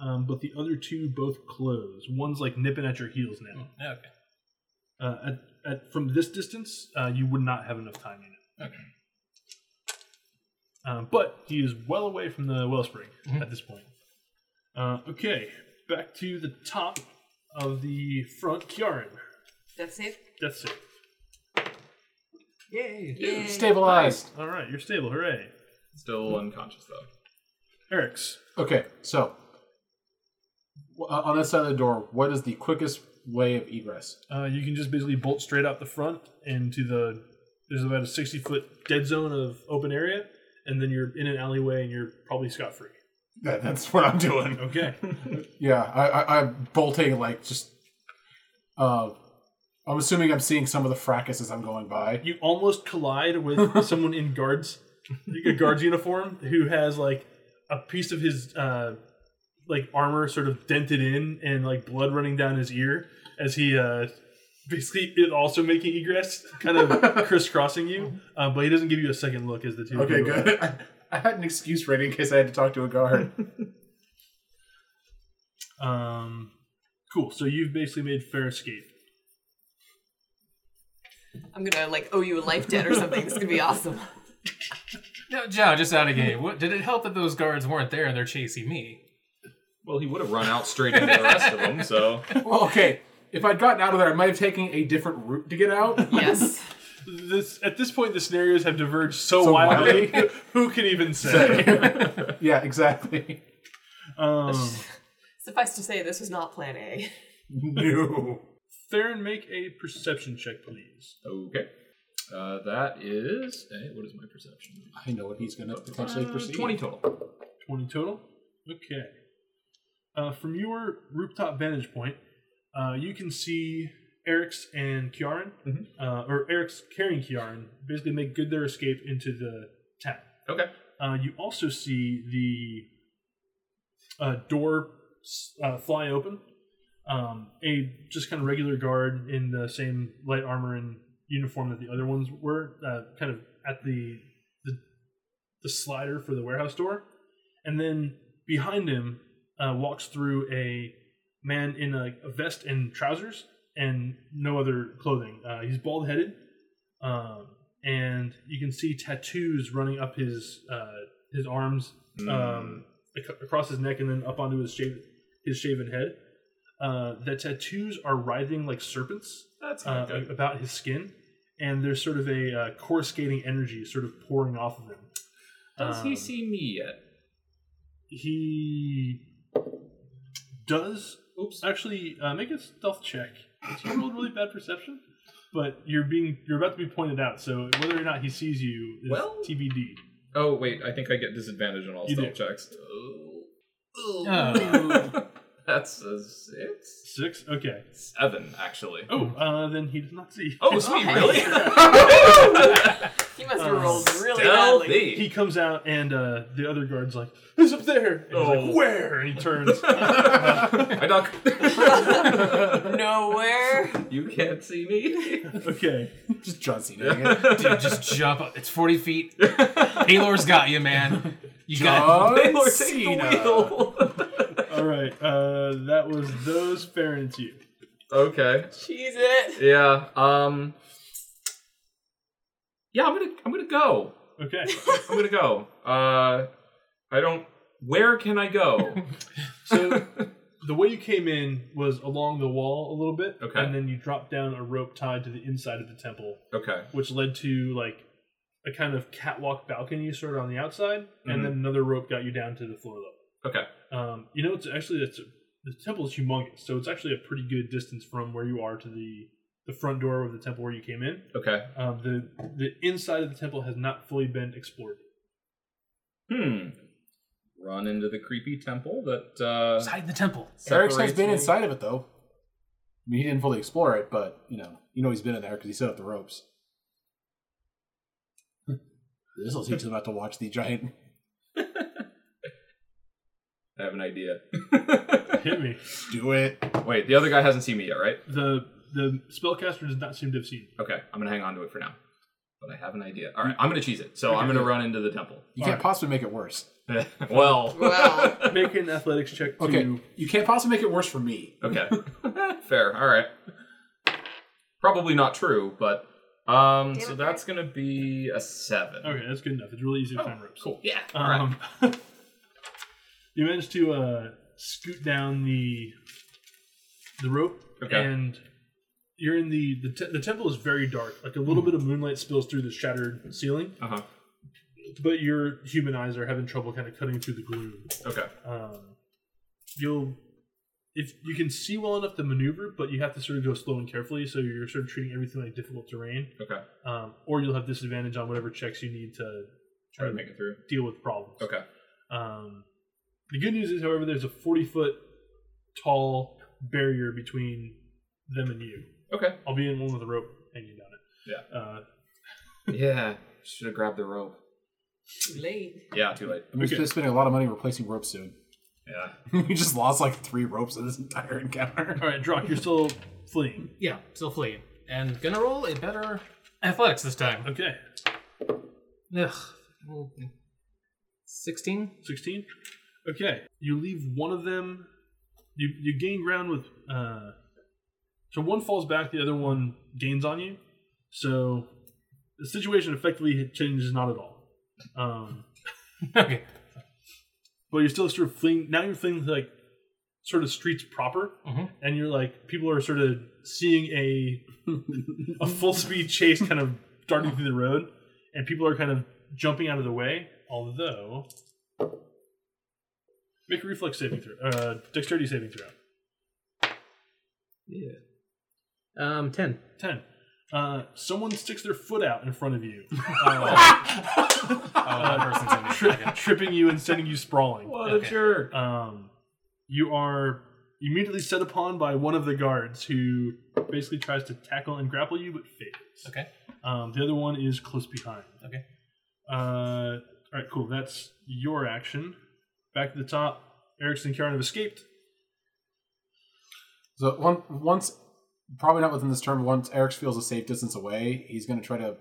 Speaker 1: um, but the other two both close. One's like nipping at your heels now.
Speaker 2: Okay.
Speaker 1: Uh, at, at, from this distance, uh, you would not have enough time in it.
Speaker 2: Okay.
Speaker 1: Um, but he is well away from the wellspring
Speaker 2: Mhm.
Speaker 1: at this point. Uh, okay, back to the top of the front. Kiaran,
Speaker 4: That's it.
Speaker 1: death save.
Speaker 2: Yay.
Speaker 4: Yay.
Speaker 3: Stabilized.
Speaker 1: All right, you're stable. Hooray.
Speaker 5: Still unconscious though.
Speaker 1: Eric's.
Speaker 3: Okay, so w- uh, on that side of the door, what is the quickest way of egress?
Speaker 1: Uh, you can just basically bolt straight out the front into the. There's about a 60 foot dead zone of open area, and then you're in an alleyway and you're probably scot free.
Speaker 3: That, that's what I'm doing.
Speaker 1: Okay.
Speaker 3: Yeah, I, I, I'm bolting like just. Uh, I'm assuming I'm seeing some of the fracas as I'm going by.
Speaker 1: you almost collide [LAUGHS] with someone in guards a guard's uniform who has like a piece of his uh like armor sort of dented in and like blood running down his ear as he uh basically it also making egress kind [LAUGHS] of crisscrossing you uh, but he doesn't give you a second look as the two of
Speaker 3: Okay,
Speaker 1: you are-
Speaker 3: good. I, [LAUGHS] I had an excuse ready in case I had to talk to a guard.
Speaker 1: um cool so you've basically made fair escape
Speaker 4: I'm gonna like owe you a life debt or something. This is gonna be awesome.
Speaker 2: No, Joe, just out of game. What did it help that those guards weren't there and they're chasing me?
Speaker 5: Well, he would have run out straight into the rest of them, so.
Speaker 3: [LAUGHS] Well, okay. If I'd gotten out of there, I might have taken a different route to get out.
Speaker 4: Yes.
Speaker 1: This at this point, the scenarios have diverged so,
Speaker 3: So
Speaker 1: wildly. [LAUGHS] who can even [LAUGHS] say?
Speaker 3: [LAUGHS] yeah, exactly.
Speaker 1: um,
Speaker 4: [LAUGHS] Suffice to say, this was not Plan A.
Speaker 3: No.
Speaker 1: Theron, make a perception check, please.
Speaker 5: Okay. Uh, that is. Hey, what is my perception?
Speaker 3: I know what he's going to potentially
Speaker 5: Uh,
Speaker 3: proceed.
Speaker 5: 20 total.
Speaker 1: 20 total? Okay. Uh, from your rooftop vantage point, uh, you can see Eric's and Kiaran, uh, or Eric's carrying Kiaran, basically make good their escape into the town.
Speaker 5: Okay.
Speaker 1: Uh, you also see the uh, door s- uh, fly open. Um, a just kind of regular guard in the same light armor and uniform that the other ones were, uh, kind of at the, the the slider for the warehouse door, and then behind him uh, walks through a man in a, a vest and trousers and no other clothing. Uh, he's bald headed, um, and you can see tattoos running up his uh, his arms, um, ac- across his neck, and then up onto his shaved his shaven head. Uh, the tattoos are writhing like serpents
Speaker 5: That's
Speaker 1: uh,
Speaker 5: not good.
Speaker 1: about his skin, and there's sort of a uh, coruscating energy sort of pouring off of him.
Speaker 5: Does he
Speaker 1: um,
Speaker 5: see me yet?
Speaker 1: He does. Oops. Actually, uh, make a stealth check. He rolled really bad perception, but you're being you're about to be pointed out. So whether or not he sees you is
Speaker 5: Well-
Speaker 1: TBD.
Speaker 5: Oh, wait. I think I get disadvantage on all
Speaker 1: You
Speaker 5: stealth
Speaker 1: do.
Speaker 5: checks. Oh.
Speaker 2: Uh.
Speaker 5: [LAUGHS] That's a six?
Speaker 1: Six. Okay.
Speaker 5: Seven, actually.
Speaker 1: Oh, uh, then he does not see.
Speaker 5: Oh, sweet,
Speaker 4: Okay.
Speaker 5: really?
Speaker 4: He must have rolled [LAUGHS] really badly.
Speaker 5: Stealthy.
Speaker 1: [LAUGHS] He comes out and uh, the other guard's like, "Who's up there?" And he's
Speaker 5: Oh.
Speaker 1: like, "Where?" And he [LAUGHS] turns.
Speaker 5: I duck.
Speaker 4: Nowhere.
Speaker 5: [LAUGHS] you can't see me.
Speaker 1: okay.
Speaker 3: Just John Cena. [LAUGHS] again.
Speaker 2: Dude, just jump up. It's 40 feet. Paylor's got you, man. You got
Speaker 3: [LAUGHS] John
Speaker 5: Lord, take the
Speaker 3: Cena.
Speaker 5: wheel.
Speaker 1: All right. Uh, that was those parents. You.
Speaker 5: [LAUGHS] okay.
Speaker 4: Cheese it.
Speaker 5: Yeah. Um. Yeah, I'm gonna I'm gonna go.
Speaker 1: Okay.
Speaker 5: I'm gonna go. Uh, I don't. Where can
Speaker 1: [LAUGHS]
Speaker 5: I go?
Speaker 1: So the way you came in was along the wall a little bit,
Speaker 5: Okay.
Speaker 1: and then you dropped down a rope tied to the inside of the temple,
Speaker 5: okay.
Speaker 1: which led to like a kind of catwalk balcony sort of on the outside,
Speaker 5: Mhm.
Speaker 1: and then another rope got you down to the floor level.
Speaker 5: Okay.
Speaker 1: Um, you know, it's actually it's the temple is humongous, so it's actually a pretty good distance from where you are to the the front door of the temple where you came in.
Speaker 5: Okay.
Speaker 1: Um, the the inside of the temple has not fully been explored.
Speaker 5: Hmm. Run into the creepy temple that. uh...
Speaker 2: Hide in the temple.
Speaker 3: Eric's has been
Speaker 5: separates me.
Speaker 3: inside of it, though. I mean, he didn't fully explore it, but, you know, you know he's been in there because he set up the [LAUGHS] ropes. this will teach him not to watch the giant.
Speaker 5: I have an idea. [LAUGHS]
Speaker 1: Hit me.
Speaker 3: Do it.
Speaker 5: Wait, the other guy hasn't seen me yet, right?
Speaker 1: The the spellcaster does not seem to have seen. you.
Speaker 5: Okay, I'm gonna hang on to it for now. But I have an idea. All right, I'm gonna cheese it. So I'm gonna run into the [LAUGHS] temple.
Speaker 3: You can't
Speaker 1: Alright.
Speaker 3: possibly make it worse.
Speaker 5: well.
Speaker 4: Well.
Speaker 1: Make an athletics check to
Speaker 3: Okay, you can't possibly make it worse for me.
Speaker 5: [LAUGHS] Okay. Fair. All right. Probably not true, but um,
Speaker 4: Damn
Speaker 5: so
Speaker 4: it,
Speaker 5: that's gonna be a seven.
Speaker 1: Okay, that's good enough. It's really easy to climb ropes.
Speaker 5: Oh, Cool. Yeah. All right.
Speaker 1: Um, [LAUGHS] you managed to uh, scoot down the the rope,
Speaker 5: Okay.
Speaker 1: and you're in the the, te- the temple is very dark. Like a
Speaker 5: Hmm.
Speaker 1: little bit of moonlight spills through the shattered ceiling,
Speaker 5: Uh huh.
Speaker 1: but your human eyes are having trouble kind of cutting through the gloom.
Speaker 5: Okay.
Speaker 1: Um, you'll if you can see well enough to maneuver, but you have to sort of go slow and carefully. So you're sort of treating everything like difficult terrain,
Speaker 5: Okay.
Speaker 1: um, or you'll have disadvantage on whatever checks you need to
Speaker 5: Try to make it through.
Speaker 1: deal with problems.
Speaker 5: Okay.
Speaker 1: Um, the good news is, however, there's a 40 foot tall barrier between them and you.
Speaker 5: [LAUGHS] Okay.
Speaker 1: I'll be in one with a rope hanging down it. Yeah. Uh,
Speaker 5: Yeah. Should have grabbed the rope.
Speaker 4: Too late.
Speaker 5: Yeah. Too late.
Speaker 3: I'm
Speaker 1: Okay.
Speaker 3: just spending a lot of money replacing ropes soon. [LAUGHS]
Speaker 5: Yeah.
Speaker 3: we just lost like three ropes in this entire encounter. [LAUGHS]
Speaker 1: all right, Drock, you're still fleeing.
Speaker 2: Yeah, still fleeing. And gonna roll a better athletics this time.
Speaker 1: Okay.
Speaker 2: Ugh. [LAUGHS] 16?
Speaker 1: 16. Okay. You leave one of them. You, you gain ground with. Uh, so one falls back, the other one gains on you. So the situation effectively changes not at all. Um,
Speaker 2: Okay.
Speaker 1: but you're still sort of fleeing. Now you're fleeing like sort of streets proper,
Speaker 2: Mhm.
Speaker 1: and you're like people are sort of seeing a a full speed chase kind of darting through the road, and people are kind of jumping out of the way. Although, make a reflex saving throw, uh, dexterity saving throw.
Speaker 6: Yeah. Um, ten.
Speaker 1: 10. Uh, someone sticks their foot out in front of you, uh,
Speaker 2: Oh, that person's in [LAUGHS]
Speaker 1: tri-
Speaker 2: the
Speaker 1: tripping you and sending you sprawling.
Speaker 5: What
Speaker 2: Okay.
Speaker 5: a jerk.
Speaker 1: Um, you are immediately set upon by one of the guards who basically tries to tackle and grapple you but fails.
Speaker 2: Okay.
Speaker 1: Um, the other one is close behind.
Speaker 2: Okay.
Speaker 1: Uh, all right, cool. That's your action. Back to the top. Erickson and Karen have escaped.
Speaker 3: So one, once, probably not within this term. Once Eric's feels a safe distance away, he's going to try to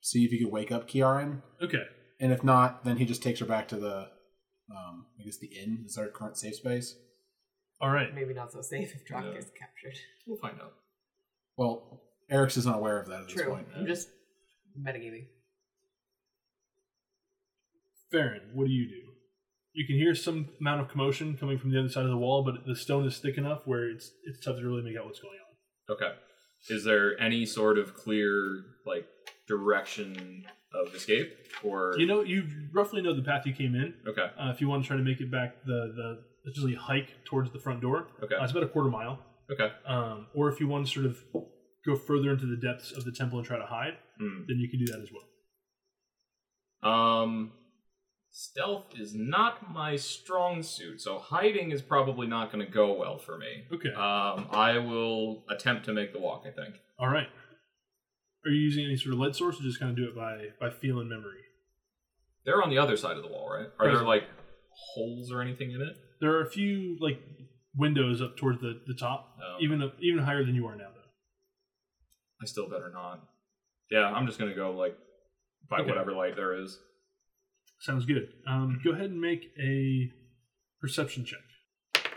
Speaker 3: see if he can wake up Kiaran,
Speaker 1: Okay.
Speaker 3: and if not, then he just takes her back to the, um, I guess the inn is our current safe space.
Speaker 1: All right.
Speaker 4: Maybe not so safe if Drock
Speaker 5: Yeah.
Speaker 4: gets captured.
Speaker 5: We'll find out.
Speaker 3: Well, Eric's is not aware of that at this
Speaker 4: True.
Speaker 3: point.
Speaker 4: I'm just metagaming.
Speaker 1: Farron, what do you do? You can hear some amount of commotion coming from the other side of the wall, but the stone is thick enough where it's it's tough to really make out what's going on.
Speaker 5: Okay. Is there any sort of clear like direction of escape or
Speaker 1: You know, you roughly know the path you came in.
Speaker 5: Okay.
Speaker 1: Uh, if you want to try to make it back, the the it's usually hike towards the front door.
Speaker 5: Okay.
Speaker 1: Uh, it's about a quarter mile.
Speaker 5: Okay.
Speaker 1: Um, or if you want to sort of go further into the depths of the temple and try to hide,
Speaker 5: Hmm.
Speaker 1: then you can do that as well.
Speaker 5: Um stealth is not my strong suit, so hiding is probably not going to go well for me.
Speaker 1: Okay.
Speaker 5: Um I will attempt to make the walk, I think.
Speaker 1: All right. Are you using any sort of light source, or just kind of do it by by feel and memory?
Speaker 5: They're on the other side of the wall, right? Are there
Speaker 1: Present.
Speaker 5: like holes or anything in it?
Speaker 1: There are a few like windows up towards the the top,
Speaker 5: Um,
Speaker 1: even up, even higher than you are now, though.
Speaker 5: I still better not. Yeah, I'm just going to go like by
Speaker 1: Okay.
Speaker 5: whatever light there is.
Speaker 1: Sounds good. Um, go ahead and make a perception check.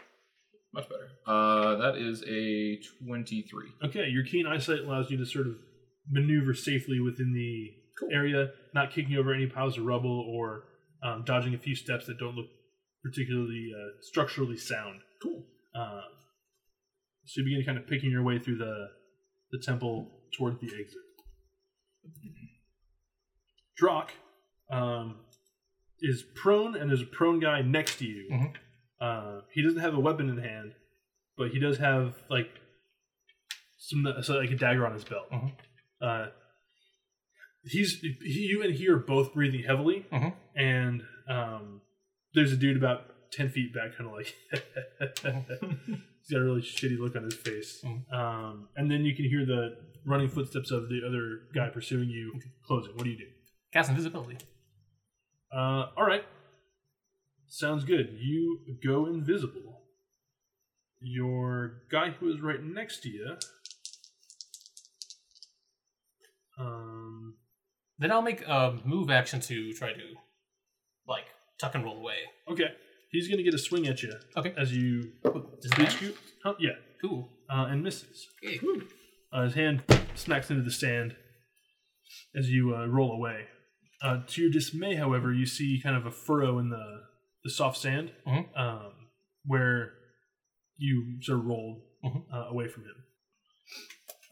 Speaker 5: Much better. Uh, that is a 23.
Speaker 1: Okay, your keen eyesight allows you to sort of maneuver safely within the area, not kicking over any piles of rubble or um, dodging a few steps that don't look particularly uh, structurally sound.
Speaker 5: Cool.
Speaker 1: Uh, so you begin kind of picking your way through the the temple toward the exit. Drock um, is prone, and there's a prone guy next to you.
Speaker 2: Mhm.
Speaker 1: Uh, he doesn't have a weapon in hand, but he does have like some so like a dagger on his belt.
Speaker 2: Mhm.
Speaker 1: Uh, he's he, you and he are both breathing heavily,
Speaker 2: Mhm.
Speaker 1: and um, there's a dude about ten feet back, kind of like [LAUGHS] he's got a really shitty look on his face.
Speaker 2: Mhm.
Speaker 1: Um, and then you can hear the running footsteps of the other guy pursuing you, closing. What do you do?
Speaker 2: Cast invisibility.
Speaker 1: Uh, all right. Sounds good. You go invisible. Your guy who is right next to you. Um,
Speaker 2: Then I'll make a move action to try to, like, tuck and roll away.
Speaker 1: okay. He's going to get a swing at you
Speaker 2: Okay.
Speaker 1: as you
Speaker 2: Does
Speaker 1: reach
Speaker 2: that
Speaker 1: you. Huh, yeah.
Speaker 2: cool?
Speaker 1: Uh, and misses.
Speaker 2: Okay.
Speaker 4: Hmm.
Speaker 1: Uh, his hand smacks into the sand as you uh, roll away. Uh, to your dismay, however, you see kind of a furrow in the, the soft sand
Speaker 2: Mhm.
Speaker 5: Mm-hmm.
Speaker 1: um, where you sort of rolled
Speaker 2: Mhm.
Speaker 5: Mm-hmm.
Speaker 1: uh, away from him.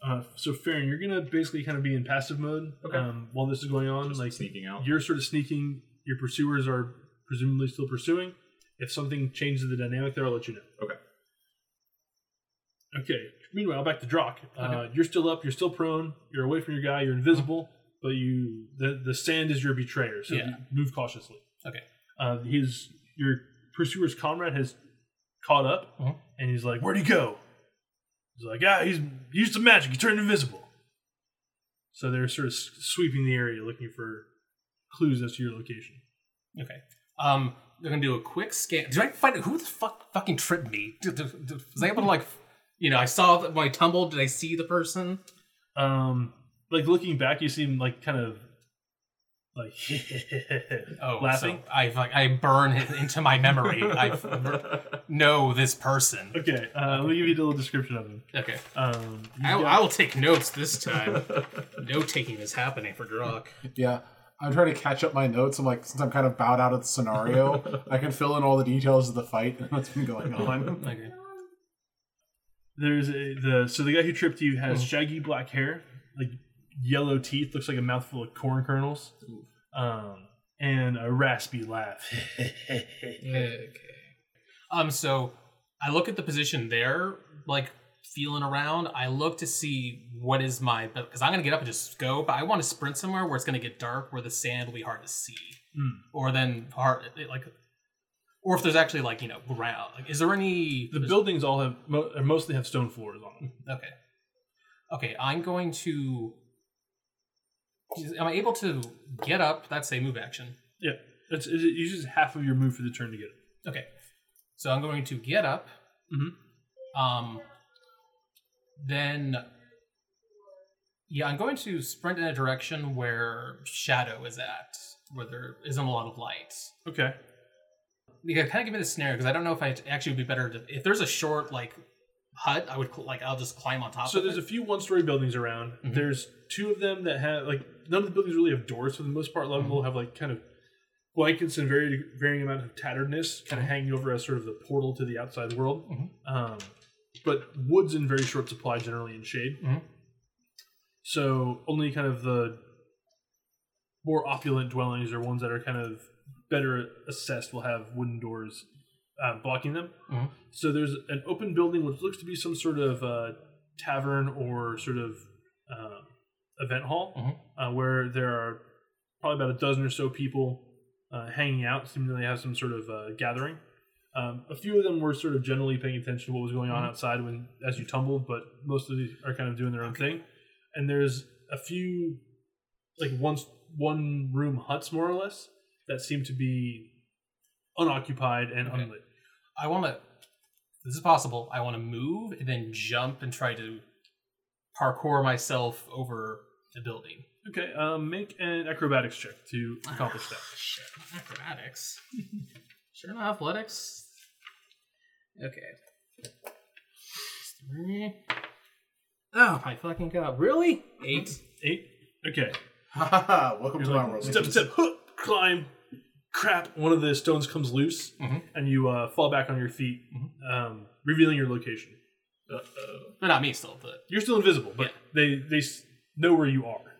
Speaker 1: Uh, so, Farron, you're going to basically kind of be in passive mode
Speaker 5: Okay.
Speaker 1: um, while this is going on.
Speaker 5: Just
Speaker 1: like
Speaker 5: sneaking out. [LAUGHS]
Speaker 1: You're sort of sneaking. Your pursuers are presumably still pursuing. If something changes the dynamic there, I'll let you know.
Speaker 5: Okay.
Speaker 1: Okay. Meanwhile, back to Drock. Uh, you're still up. You're still prone. You're away from your guy. You're invisible, but you the the sand is your betrayer. So
Speaker 2: Yeah.
Speaker 1: move cautiously.
Speaker 2: Okay.
Speaker 1: Uh, his your pursuer's comrade has caught up,
Speaker 2: Mhm.
Speaker 1: and he's like, "Where'd he go?" He's like, "Ah, he's he used some magic. He turned invisible." So they're sort of s- sweeping the area looking for clues as to your location.
Speaker 2: Okay. Um, they're gonna do a quick scan. Did I find out who the fuck fucking tripped me? Did, did, did- was I able to like, you know, I saw that when I tumbled. Did I see the person?
Speaker 1: Um, like looking back, you seem like kind of like [LAUGHS]
Speaker 2: Oh,
Speaker 1: laughing.
Speaker 2: So I like I burn it into my
Speaker 5: [LAUGHS]
Speaker 2: memory. I know this person.
Speaker 1: Okay, uh, let me give you a little description of him.
Speaker 2: Okay.
Speaker 1: Um, he's
Speaker 2: I,
Speaker 1: got-
Speaker 2: I will take notes this time. no taking is happening for Drock.
Speaker 3: Yeah, I'm trying to catch up my notes. I'm like, since I'm kind of bowed out of
Speaker 1: [LAUGHS]
Speaker 3: the scenario, I can fill in all the details of the fight and what's been going on. [LAUGHS]
Speaker 2: I agree.
Speaker 1: There's a the so the guy who tripped you has shaggy black hair, like yellow teeth, looks like a mouthful of corn kernels, um, and a raspy laugh.
Speaker 2: Okay. Um. So I look at the position there, like feeling around. I look to see what is my because I'm gonna get up and just go, but I want to sprint somewhere where it's gonna get dark, where the sand will be hard to see,
Speaker 1: Hmm.
Speaker 2: or then hard like, or if there's actually like you know ground. Like, is there any Hmm,
Speaker 1: the buildings all have mo- uh, mostly have stone floors on them.
Speaker 2: Okay. Okay, I'm going to. Am I able to get up? That's a move action.
Speaker 1: Yeah, it's, it uses half of your move for the turn to get it.
Speaker 2: Okay. So I'm going to get up.
Speaker 1: Mhm.
Speaker 2: Um. Then. Yeah, I'm going to sprint in a direction where shadow is at, where there isn't a lot of light.
Speaker 1: Okay,
Speaker 2: Yeah, kind of give me the scenario because I don't know if I actually would be better to, if there's a short like hut. I would cl- like I'll just climb on top.
Speaker 1: so
Speaker 2: of
Speaker 1: there's
Speaker 2: it.
Speaker 1: a few one-story buildings around.
Speaker 2: Mhm.
Speaker 1: There's two of them that have like none of the buildings really have doors for the most part. A
Speaker 2: Mm-hmm.
Speaker 1: lot of them will have like kind of blankets and very varying amount of tatteredness, kind of
Speaker 2: Mm-hmm.
Speaker 1: hanging over as sort of the portal to the outside world.
Speaker 2: Mhm.
Speaker 1: Um, but woods in very short supply, generally in shade.
Speaker 2: Mhm.
Speaker 1: So only kind of the more opulent dwellings or ones that are kind of better assessed will have wooden doors uh, blocking them.
Speaker 2: Mhm.
Speaker 1: So there's an open building which looks to be some sort of uh, tavern or sort of um event hall
Speaker 2: Mhm.
Speaker 1: uh, where there are probably about a dozen or so people uh, hanging out, seeming to have some sort of uh, gathering. Um, a few of them were sort of generally paying attention to what was going on outside when as you tumbled, but most of these are kind of doing their own thing. And there's a few like one one room huts more or less that seem to be unoccupied and
Speaker 2: Okay.
Speaker 1: unlit.
Speaker 2: I want to. This is possible. I want to move and then jump and try to parkour myself over the building.
Speaker 1: Okay, um, make an acrobatics check to accomplish that.
Speaker 2: Shit, acrobatics. [LAUGHS] sure enough, athletics. Okay. Three. Oh my fucking god! Really? [SIGHS] Eight.
Speaker 1: Eight. Okay.
Speaker 3: Ha ha ha! Welcome to my world.
Speaker 1: Step, step, hook, climb, crap. One of the stones comes loose,
Speaker 2: Mhm.
Speaker 1: and you uh, fall back on your feet, um, revealing your location.
Speaker 2: No, not me still, but
Speaker 1: You're still invisible, but
Speaker 2: Yeah.
Speaker 1: they they s- know where you are.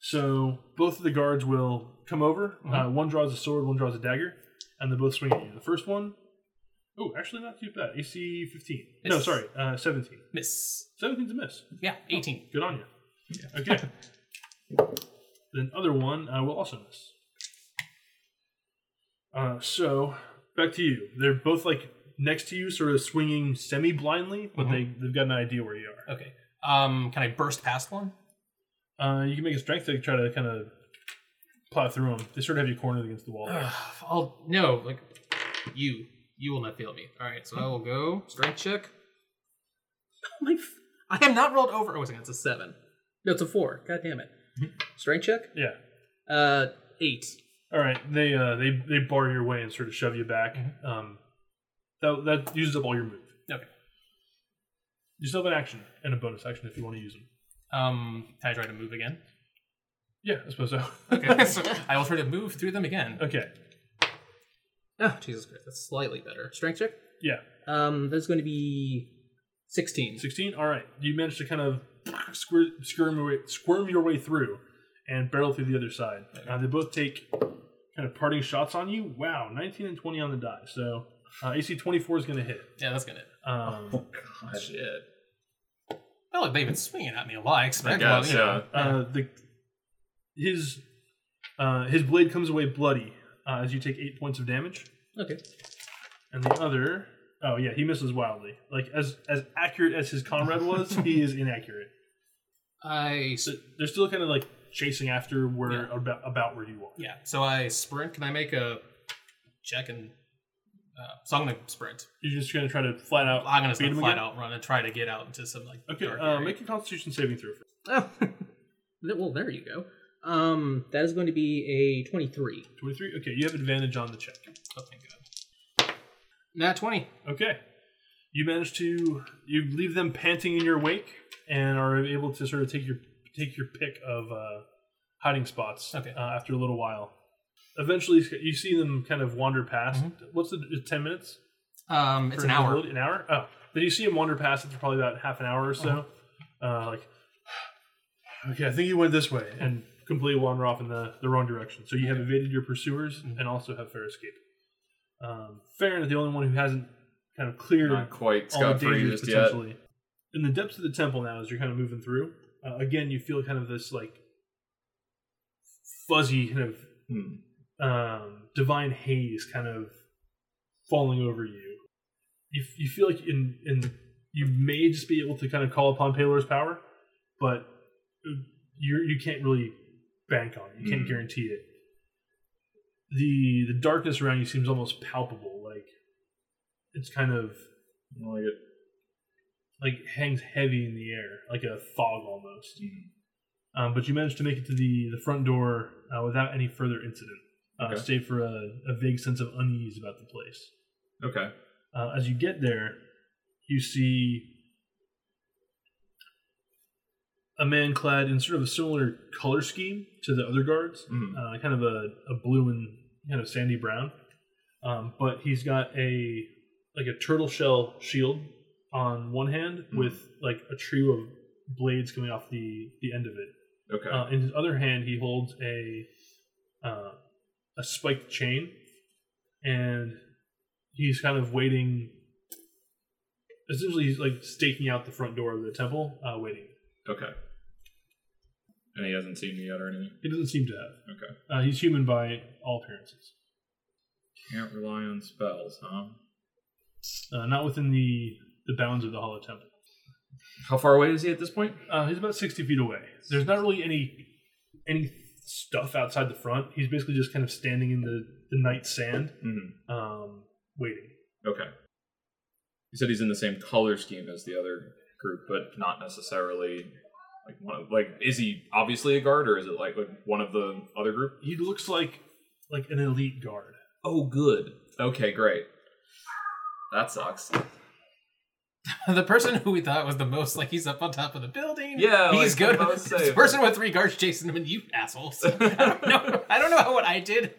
Speaker 1: So both of the guards will come over. Uh, one draws a sword, one draws a dagger, and they both swing at you. The first one, oh, actually not too bad. AC 15. No,
Speaker 2: Miss.
Speaker 1: sorry, uh, 17.
Speaker 2: miss.
Speaker 1: 17's a miss.
Speaker 2: Yeah, eighteen.
Speaker 1: Good on you. Okay.
Speaker 2: [LAUGHS]
Speaker 1: the other one I will also miss. Uh, so back to you. They're both like next to you, sort of swinging semi blindly,
Speaker 2: Mm-hmm.
Speaker 1: but they they've got an idea where you are.
Speaker 2: Okay. Um, can I burst past one? [SIGHS]
Speaker 1: Uh, you can make a strength to try to kind of plow through them. They sort of have you cornered against the wall.
Speaker 2: Ugh, I'll no, like you. You will not fail me. All right, so I will go strength check. Oh my! F- I am not rolled over. Oh, wait a second, it's a seven. No, it's a four. God damn it! Strength check.
Speaker 1: yeah.
Speaker 2: Uh, eight.
Speaker 1: All right. They uh, they they bar your way and sort of shove you back. Um, that that uses up all your move.
Speaker 2: Mm-hmm. Okay.
Speaker 1: You still have an action and a bonus action if you want to use them.
Speaker 2: Um, can I try to
Speaker 6: [LAUGHS]
Speaker 2: move again?
Speaker 1: Yeah, I suppose so. [LAUGHS]
Speaker 2: Okay, so I will try to move through them again.
Speaker 1: okay.
Speaker 2: Oh, Jesus Christ, that's slightly better. Strength check.
Speaker 1: Yeah.
Speaker 6: Um, that's going to be
Speaker 2: Sixteen.
Speaker 1: 16 all right you managed to kind of squir- squirm, your way, squirm your way through and barrel through the other side uh, they both take kind of parting shots on you wow 19 and 20 on the die so uh, ac 24 is going to hit
Speaker 2: Yeah, that's gonna.
Speaker 1: um,
Speaker 5: Ah, Shit.
Speaker 2: Well, look, they've been swinging at me a lot. I
Speaker 5: I
Speaker 2: expect. well,
Speaker 5: guess,
Speaker 2: you know.
Speaker 5: yeah.
Speaker 1: uh, the his uh, his blade comes away bloody uh, as you take eight points of damage
Speaker 6: okay.
Speaker 1: and the other oh yeah he misses wildly like as as accurate as his comrade was he is inaccurate
Speaker 2: I s-
Speaker 1: so they're still kind of like chasing after where
Speaker 2: Yeah.
Speaker 1: about about where you are
Speaker 2: yeah. So I sprint. Can I make a check and? Uh, so I'm gonna sprint.
Speaker 1: You're just gonna try to flat out.
Speaker 2: I'm gonna
Speaker 1: beat
Speaker 2: start
Speaker 1: him
Speaker 2: flat
Speaker 1: again?
Speaker 2: out run and try to get out into some like
Speaker 1: Okay,
Speaker 2: dark
Speaker 1: uh,
Speaker 2: area.
Speaker 1: make a Constitution saving throw. For
Speaker 6: Oh, [LAUGHS] well, there you go. Um, that is going to be a twenty-three.
Speaker 1: Twenty-three. Okay, you have advantage on the check.
Speaker 2: Oh, thank God. Nat twenty.
Speaker 1: Okay, you manage to you leave them panting in your wake and are able to sort of take your take your pick of uh, hiding spots
Speaker 2: Okay.
Speaker 1: uh, after a little while. Eventually, you see them kind of wander past.
Speaker 2: Mm-hmm.
Speaker 1: What's the it's ten minutes?
Speaker 2: Um, it's
Speaker 1: for
Speaker 2: an hour.
Speaker 1: invisibility? An hour? Oh, but you see him wander past it for probably about half an hour or so.
Speaker 5: Uh-huh.
Speaker 1: Uh, like, okay, I think you went this way, and completely wander off in the, the wrong direction. So you have evaded your pursuers
Speaker 5: Mm-hmm.
Speaker 1: and also have fair escape. Um, Farron is the only one who hasn't kind of cleared
Speaker 5: Not quite
Speaker 1: all
Speaker 5: scot
Speaker 1: the
Speaker 5: free
Speaker 1: dangers
Speaker 5: just yet.
Speaker 1: potentially. In the depths of the temple now, as you're kind of moving through, uh, again you feel kind of this like fuzzy kind of
Speaker 5: Hmm.
Speaker 1: um, divine haze kind of falling over you. You, you feel like in in you may just be able to kind of call upon Paylor's power, but you you can't really bank on it. You can't
Speaker 5: Mm.
Speaker 1: guarantee it. the The darkness around you seems almost palpable, like it's kind of
Speaker 5: I don't like it.
Speaker 1: like hangs heavy in the air, like a fog almost.
Speaker 5: Hmm.
Speaker 1: Um, but you managed to make it to the, the front door uh, without any further incident, uh,
Speaker 5: Okay.
Speaker 1: save for a, a vague sense of unease about the place.
Speaker 5: Okay.
Speaker 1: Uh, as you get there, you see a man clad in sort of a similar color scheme to the other guards,
Speaker 5: Mhm.
Speaker 1: uh, kind of a, a blue and kind of sandy brown. Um, but he's got a like a turtle shell shield on one hand
Speaker 5: Mhm.
Speaker 1: with like a trio of blades coming off the the end of it.
Speaker 5: Okay.
Speaker 1: Uh, in his other hand, he holds a uh, a spiked chain, and he's kind of waiting. Essentially, he's like staking out the front door of the temple, uh, waiting.
Speaker 5: okay. And he hasn't seen me yet or anything.
Speaker 1: He doesn't seem to have.
Speaker 5: Okay.
Speaker 1: Uh, he's human by all appearances,
Speaker 5: Can't rely on spells, huh?
Speaker 1: uh, not within the the bounds of the Hollow Temple.
Speaker 5: How far away is he at this point?
Speaker 1: Uh, he's about sixty feet away. There's not really any any stuff outside the front. He's basically just kind of standing in the the night sand,
Speaker 5: Mm-hmm.
Speaker 1: um, waiting.
Speaker 5: Okay. You said he's in the same color scheme as the other group, but not necessarily like one of like is he obviously a guard or is it like, like one of the other group?
Speaker 1: He looks like like an elite guard.
Speaker 5: Oh, good. Okay, great. That [LAUGHS] sucks.
Speaker 2: [LAUGHS] the person who we thought was the most like he's up on top of the building.
Speaker 5: Yeah,
Speaker 2: he's
Speaker 5: like,
Speaker 2: good.
Speaker 5: I was
Speaker 2: It's The [LAUGHS]
Speaker 5: saying.
Speaker 2: person with three guards chasing him, and you assholes. [LAUGHS] I don't know. I don't know how what I
Speaker 5: [LAUGHS]
Speaker 2: did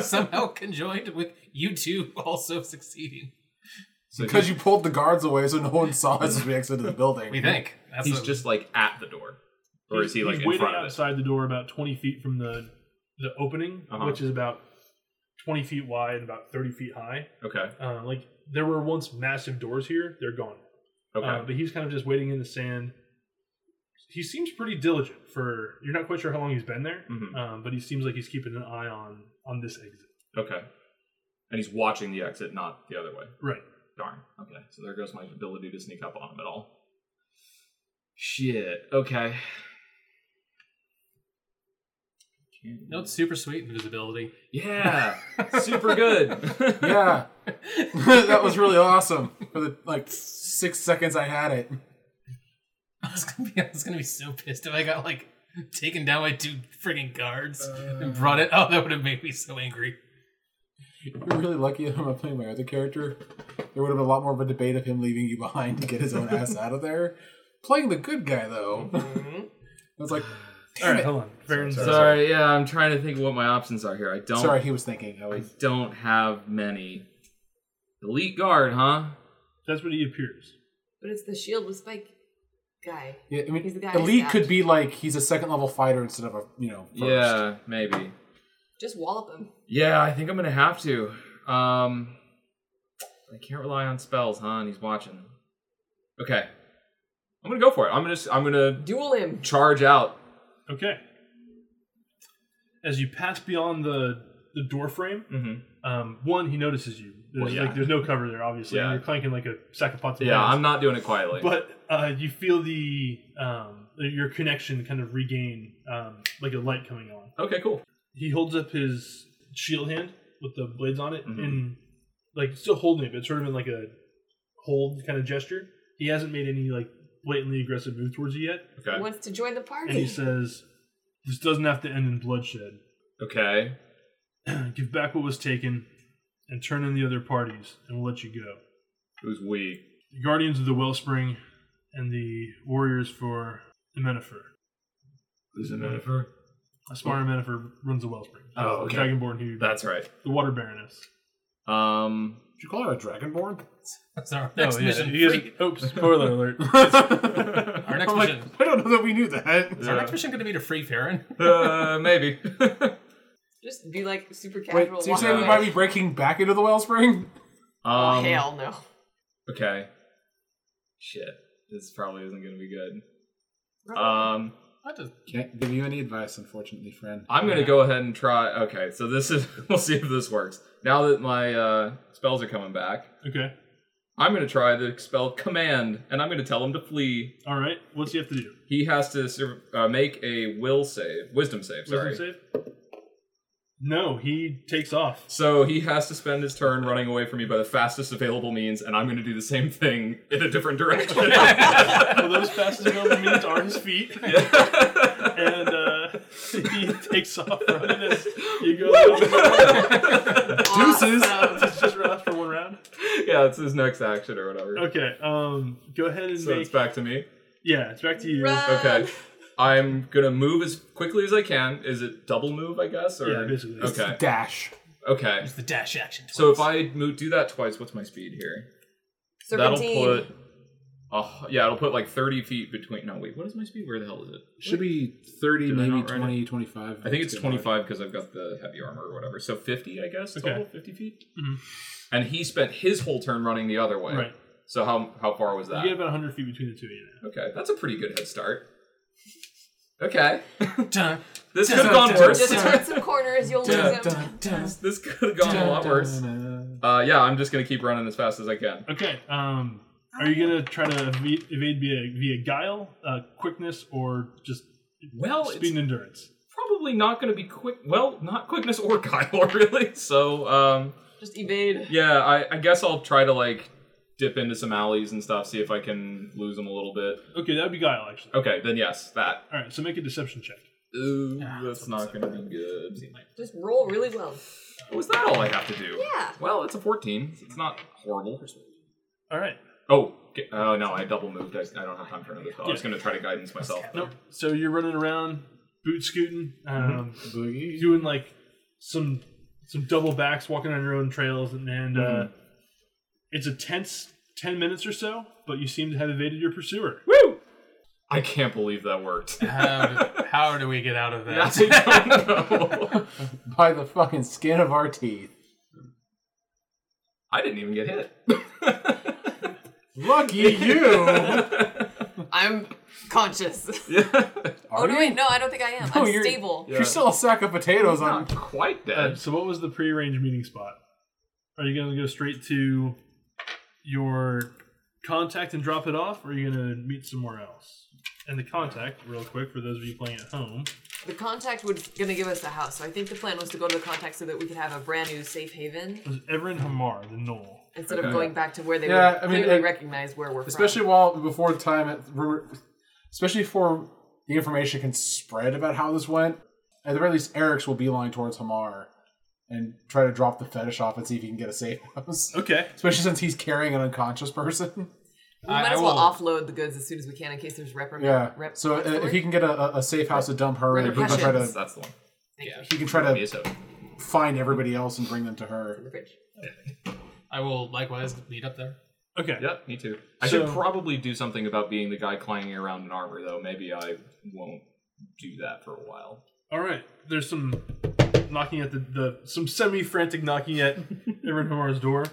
Speaker 2: somehow conjoined with you two also succeeding.
Speaker 5: So
Speaker 3: Because
Speaker 5: he's,
Speaker 3: you pulled the guards away so no one saw us as we exited the building.
Speaker 2: We think that's
Speaker 5: he's
Speaker 2: the-
Speaker 5: just like at the door, or is he
Speaker 1: He's-
Speaker 5: like
Speaker 1: he's
Speaker 5: in
Speaker 1: waiting
Speaker 5: front of us?
Speaker 1: outside the door, about twenty feet from the the opening,
Speaker 5: Uh-huh.
Speaker 1: which is about twenty feet wide and about thirty feet high.
Speaker 5: Okay.
Speaker 1: Uh, like there were once massive doors here; they're gone.
Speaker 5: Okay.
Speaker 1: Uh, but he's kind of just waiting in the sand. He seems pretty diligent. For you're not quite sure how long he's been there,
Speaker 5: Mhm.
Speaker 1: um, but he seems like he's keeping an eye on on this exit.
Speaker 5: Okay. And he's watching the exit, not the other way.
Speaker 1: Right.
Speaker 5: Darn. Okay. So there goes my ability to sneak up on him at all. Shit. Okay. Can't-
Speaker 2: no, it's super sweet invisibility. [LAUGHS]
Speaker 5: Yeah. Super good.
Speaker 3: Yeah. [LAUGHS] that was really awesome. For the like six seconds I had it.
Speaker 2: I was gonna be, I was gonna be so pissed if I got like taken down by two friggin' guards
Speaker 5: Uh.
Speaker 2: and brought it. Oh, that would have made me so angry.
Speaker 3: You're really lucky I'm not playing my other character. There would have been a lot more of a debate of him leaving you behind to get his own ass out of there. Playing the good guy though. I was like,
Speaker 1: All
Speaker 3: damn
Speaker 1: right,
Speaker 3: it.
Speaker 1: hold on. Farron's uh,
Speaker 5: Sorry. Yeah, I'm trying to think what my options are here. I don't.
Speaker 3: Sorry, he was thinking. I
Speaker 5: I
Speaker 3: was
Speaker 5: don't have many. Elite guard, huh?
Speaker 1: That's what he appears.
Speaker 4: But it's the shield with spike guy.
Speaker 3: yeah, I mean,
Speaker 4: He's the guy
Speaker 3: elite
Speaker 4: who's
Speaker 3: could
Speaker 4: out.
Speaker 3: be like he's a second level fighter instead of a you know first.
Speaker 5: Yeah, maybe.
Speaker 4: Just wallop him.
Speaker 5: Yeah, I think I'm gonna have to. Um, I can't rely on spells, huh? And he's watching. Okay, I'm gonna go for it. I'm gonna I'm gonna
Speaker 4: Duel him.
Speaker 5: charge out.
Speaker 1: Okay. As you pass beyond the the door frame,
Speaker 5: Mm-hmm.
Speaker 1: Um, one, he notices you. There's,
Speaker 5: Well, yeah.
Speaker 1: like, there's no cover there, obviously.
Speaker 5: Yeah.
Speaker 1: and You're clanking like a sack of pots. and
Speaker 5: Yeah,
Speaker 1: pans.
Speaker 5: I'm not doing it quietly.
Speaker 1: But uh, you feel the um, your connection kind of regain, um, like a light coming on.
Speaker 5: okay, cool.
Speaker 1: He holds up his shield hand with the blades on it,
Speaker 5: Mhm.
Speaker 1: and like still holding it, but sort of in like a hold kind of gesture. He hasn't made any like blatantly aggressive move towards you yet,
Speaker 4: He
Speaker 5: Okay,
Speaker 4: wants to join the
Speaker 1: and he
Speaker 4: party.
Speaker 1: says, "This doesn't have to end in bloodshed. [CLEARS THROAT]
Speaker 5: okay.
Speaker 1: Give back what was taken, and turn in the other parties, and we'll let you go."
Speaker 5: Who's we?
Speaker 1: the Guardians of the Wellspring and the Warriors for the Menifer.
Speaker 5: Who's a metaphor?
Speaker 1: A smaller metaphor runs the wellspring. That's
Speaker 5: Oh,
Speaker 1: the
Speaker 5: okay.
Speaker 1: Dragonborn who
Speaker 5: That's right.
Speaker 1: the water baroness.
Speaker 5: Um,
Speaker 3: Did you call her a dragonborn?
Speaker 2: That's our next
Speaker 1: oh, yeah.
Speaker 2: mission.
Speaker 1: he is-
Speaker 2: Freak. [LAUGHS]
Speaker 1: oops, spoiler alert.
Speaker 2: Our next
Speaker 3: I'm like,
Speaker 2: mission.
Speaker 3: I don't know that we knew that.
Speaker 2: Is our next mission going to be to free Farron? [LAUGHS]
Speaker 5: [LAUGHS] uh, maybe.
Speaker 4: Just be like super
Speaker 3: Wait,
Speaker 4: casual.
Speaker 3: so you're
Speaker 4: walk
Speaker 3: saying we
Speaker 4: away.
Speaker 3: might be breaking back into the wellspring?
Speaker 4: Oh,
Speaker 5: um,
Speaker 4: hell no.
Speaker 5: Okay. Shit. This probably isn't going to be good. Um,
Speaker 2: That does-
Speaker 3: Can't give you any advice, unfortunately, friend.
Speaker 5: I'm going to go ahead and try. Okay, so this is. [LAUGHS] We'll see if this works. Now that my uh, spells are coming back,
Speaker 1: [LAUGHS] okay.
Speaker 5: I'm going to try the spell command, and I'm going to tell him to flee.
Speaker 1: All right. What's he have to do?
Speaker 5: He has to sur- uh, make a will save, wisdom save. Sorry.
Speaker 1: Wisdom save? No, he takes off.
Speaker 5: [LAUGHS] So he has to spend his turn running away from me by the fastest available means, and I'm going to do the same thing in a different direction. [LAUGHS]
Speaker 1: Well, those fastest available means are his feet, and uh, [LAUGHS] he takes off running as you go.
Speaker 3: Deuces!
Speaker 4: Awesome.
Speaker 1: It's just run for one round.
Speaker 5: [LAUGHS] yeah, it's his next action or whatever.
Speaker 1: Okay. Um. Go ahead and
Speaker 5: So
Speaker 1: make.
Speaker 5: it's back to me.
Speaker 1: Yeah, it's back to you.
Speaker 4: Run.
Speaker 5: [LAUGHS] Okay. I'm gonna move as quickly as I can. Is it double move, I guess? Or
Speaker 1: Yeah, basically.
Speaker 5: Okay.
Speaker 3: Dash.
Speaker 5: Okay.
Speaker 2: It's the dash action.
Speaker 5: So if
Speaker 2: twice.
Speaker 5: I move, do that twice, what's my speed here?
Speaker 4: Serpentine.
Speaker 5: That'll put Oh, yeah, it'll put like 30 feet between. No, wait, what is my speed? Where the hell is it?
Speaker 3: Should be 30,
Speaker 5: Did I
Speaker 3: maybe
Speaker 5: not write
Speaker 3: 20, 25.
Speaker 5: I think
Speaker 3: Let's
Speaker 5: it's
Speaker 3: get
Speaker 5: 25 because I've got the heavy armor or whatever. So 50, I guess,
Speaker 1: Okay.
Speaker 5: total, 50 feet.
Speaker 1: Mhm.
Speaker 5: And he spent his whole turn running the other way.
Speaker 1: Right.
Speaker 5: So how how far was that?
Speaker 1: You get about 100 feet between the two of you now.
Speaker 5: Okay, that's a pretty good head start. Okay,
Speaker 2: Dun,
Speaker 5: this could have gone worse.
Speaker 3: [LAUGHS]
Speaker 4: Just turn some corners, you'll lose
Speaker 5: Yeah.
Speaker 4: him.
Speaker 3: Dun, dun,
Speaker 5: this could have gone a lot worse.
Speaker 3: dun.
Speaker 5: Uh, yeah, I'm just gonna keep running as fast as I can.
Speaker 1: Okay. Um, are you gonna try to evade, evade via via guile, uh, quickness, or just
Speaker 5: Well,
Speaker 1: speed and endurance?
Speaker 5: probably not gonna be quick. Well, not quickness or [LAUGHS] guile really. So um,
Speaker 4: Just evade.
Speaker 5: yeah, I, I guess I'll try to like dip into some alleys and stuff, see if I can lose them a little bit.
Speaker 1: Okay, that would be guile actually.
Speaker 5: Okay, then yes, that.
Speaker 1: All right. So make a deception check.
Speaker 5: Ooh,
Speaker 2: Ah,
Speaker 5: that's
Speaker 2: that's
Speaker 5: not
Speaker 2: upsetting.
Speaker 5: gonna be good.
Speaker 4: Just roll really well.
Speaker 5: Was that all I have to do?
Speaker 4: Yeah.
Speaker 5: Well, it's a 14. It's not horrible.
Speaker 1: All right.
Speaker 5: Oh, okay. oh no, I double moved. I, I don't have time for another spell. I was going to try to guidance myself.
Speaker 1: Nope. So you're running around, boot scooting, um,
Speaker 3: Boogie.
Speaker 1: doing like some some double backs, walking on your own trails, and, and uh, it's a tense ten minutes or so. But you seem to have evaded your pursuer.
Speaker 5: Woo! I can't believe that worked. [LAUGHS]
Speaker 2: how, do, how do we get out of that?
Speaker 5: I don't know.
Speaker 3: By the fucking skin of our teeth.
Speaker 5: I didn't even get hit.
Speaker 3: [LAUGHS] Lucky you!
Speaker 4: I'm conscious. oh,
Speaker 3: [LAUGHS] Are
Speaker 4: no,
Speaker 3: you?
Speaker 4: wait, no, I don't think I am.
Speaker 3: No,
Speaker 4: I'm
Speaker 3: you're-
Speaker 4: stable.
Speaker 5: Yeah.
Speaker 3: You're still a sack of potatoes on.
Speaker 5: Not quite
Speaker 1: All
Speaker 5: dead.
Speaker 1: right, so what was the pre-arranged meeting spot? Are you going to go straight to your contact and drop it off, or are you going to meet somewhere else? And the contact, real quick, for those of you playing at home.
Speaker 4: The contact was going to give us a house, so I think the plan was to go to the contact so that we could have a brand new safe haven
Speaker 1: It was Everin Hamar, the Knoll.
Speaker 4: instead
Speaker 5: Okay.
Speaker 4: of going back to where they
Speaker 3: Yeah,
Speaker 4: would
Speaker 3: I mean,
Speaker 4: clearly
Speaker 3: it-
Speaker 4: recognize where
Speaker 3: [LAUGHS]
Speaker 4: we're
Speaker 3: Especially
Speaker 4: from.
Speaker 3: while before the time, at, rumor- especially before the information can spread about how this went. At the very least, Eric's will beeline towards Hamar and try to drop the fetish off and see if he can get a safe house. [LAUGHS]
Speaker 1: Okay.
Speaker 3: Especially since he's carrying an unconscious person.
Speaker 4: We
Speaker 2: I-
Speaker 4: might
Speaker 2: I
Speaker 4: as well
Speaker 2: will-
Speaker 4: offload the goods as soon as we can in case there's reprimand.
Speaker 3: Yeah.
Speaker 4: Rep-
Speaker 3: so
Speaker 4: what's
Speaker 3: uh,
Speaker 4: the
Speaker 3: if
Speaker 4: word?
Speaker 3: he can get a, a- a safe house to dump her, and he can try
Speaker 4: Repercussions.
Speaker 3: to Uh,
Speaker 5: That's the one.
Speaker 3: he can try to
Speaker 5: Miyazo.
Speaker 3: find everybody else and bring them to her.
Speaker 4: Rich.
Speaker 2: I will likewise lead up there.
Speaker 1: Okay.
Speaker 5: Yep, me too. I
Speaker 1: So-
Speaker 5: should probably do something about being the guy clanging around in armor, though. Maybe I won't do that for a while.
Speaker 1: All right. There's some knocking at the, the some semi-frantic knocking at Everin Hamar's door.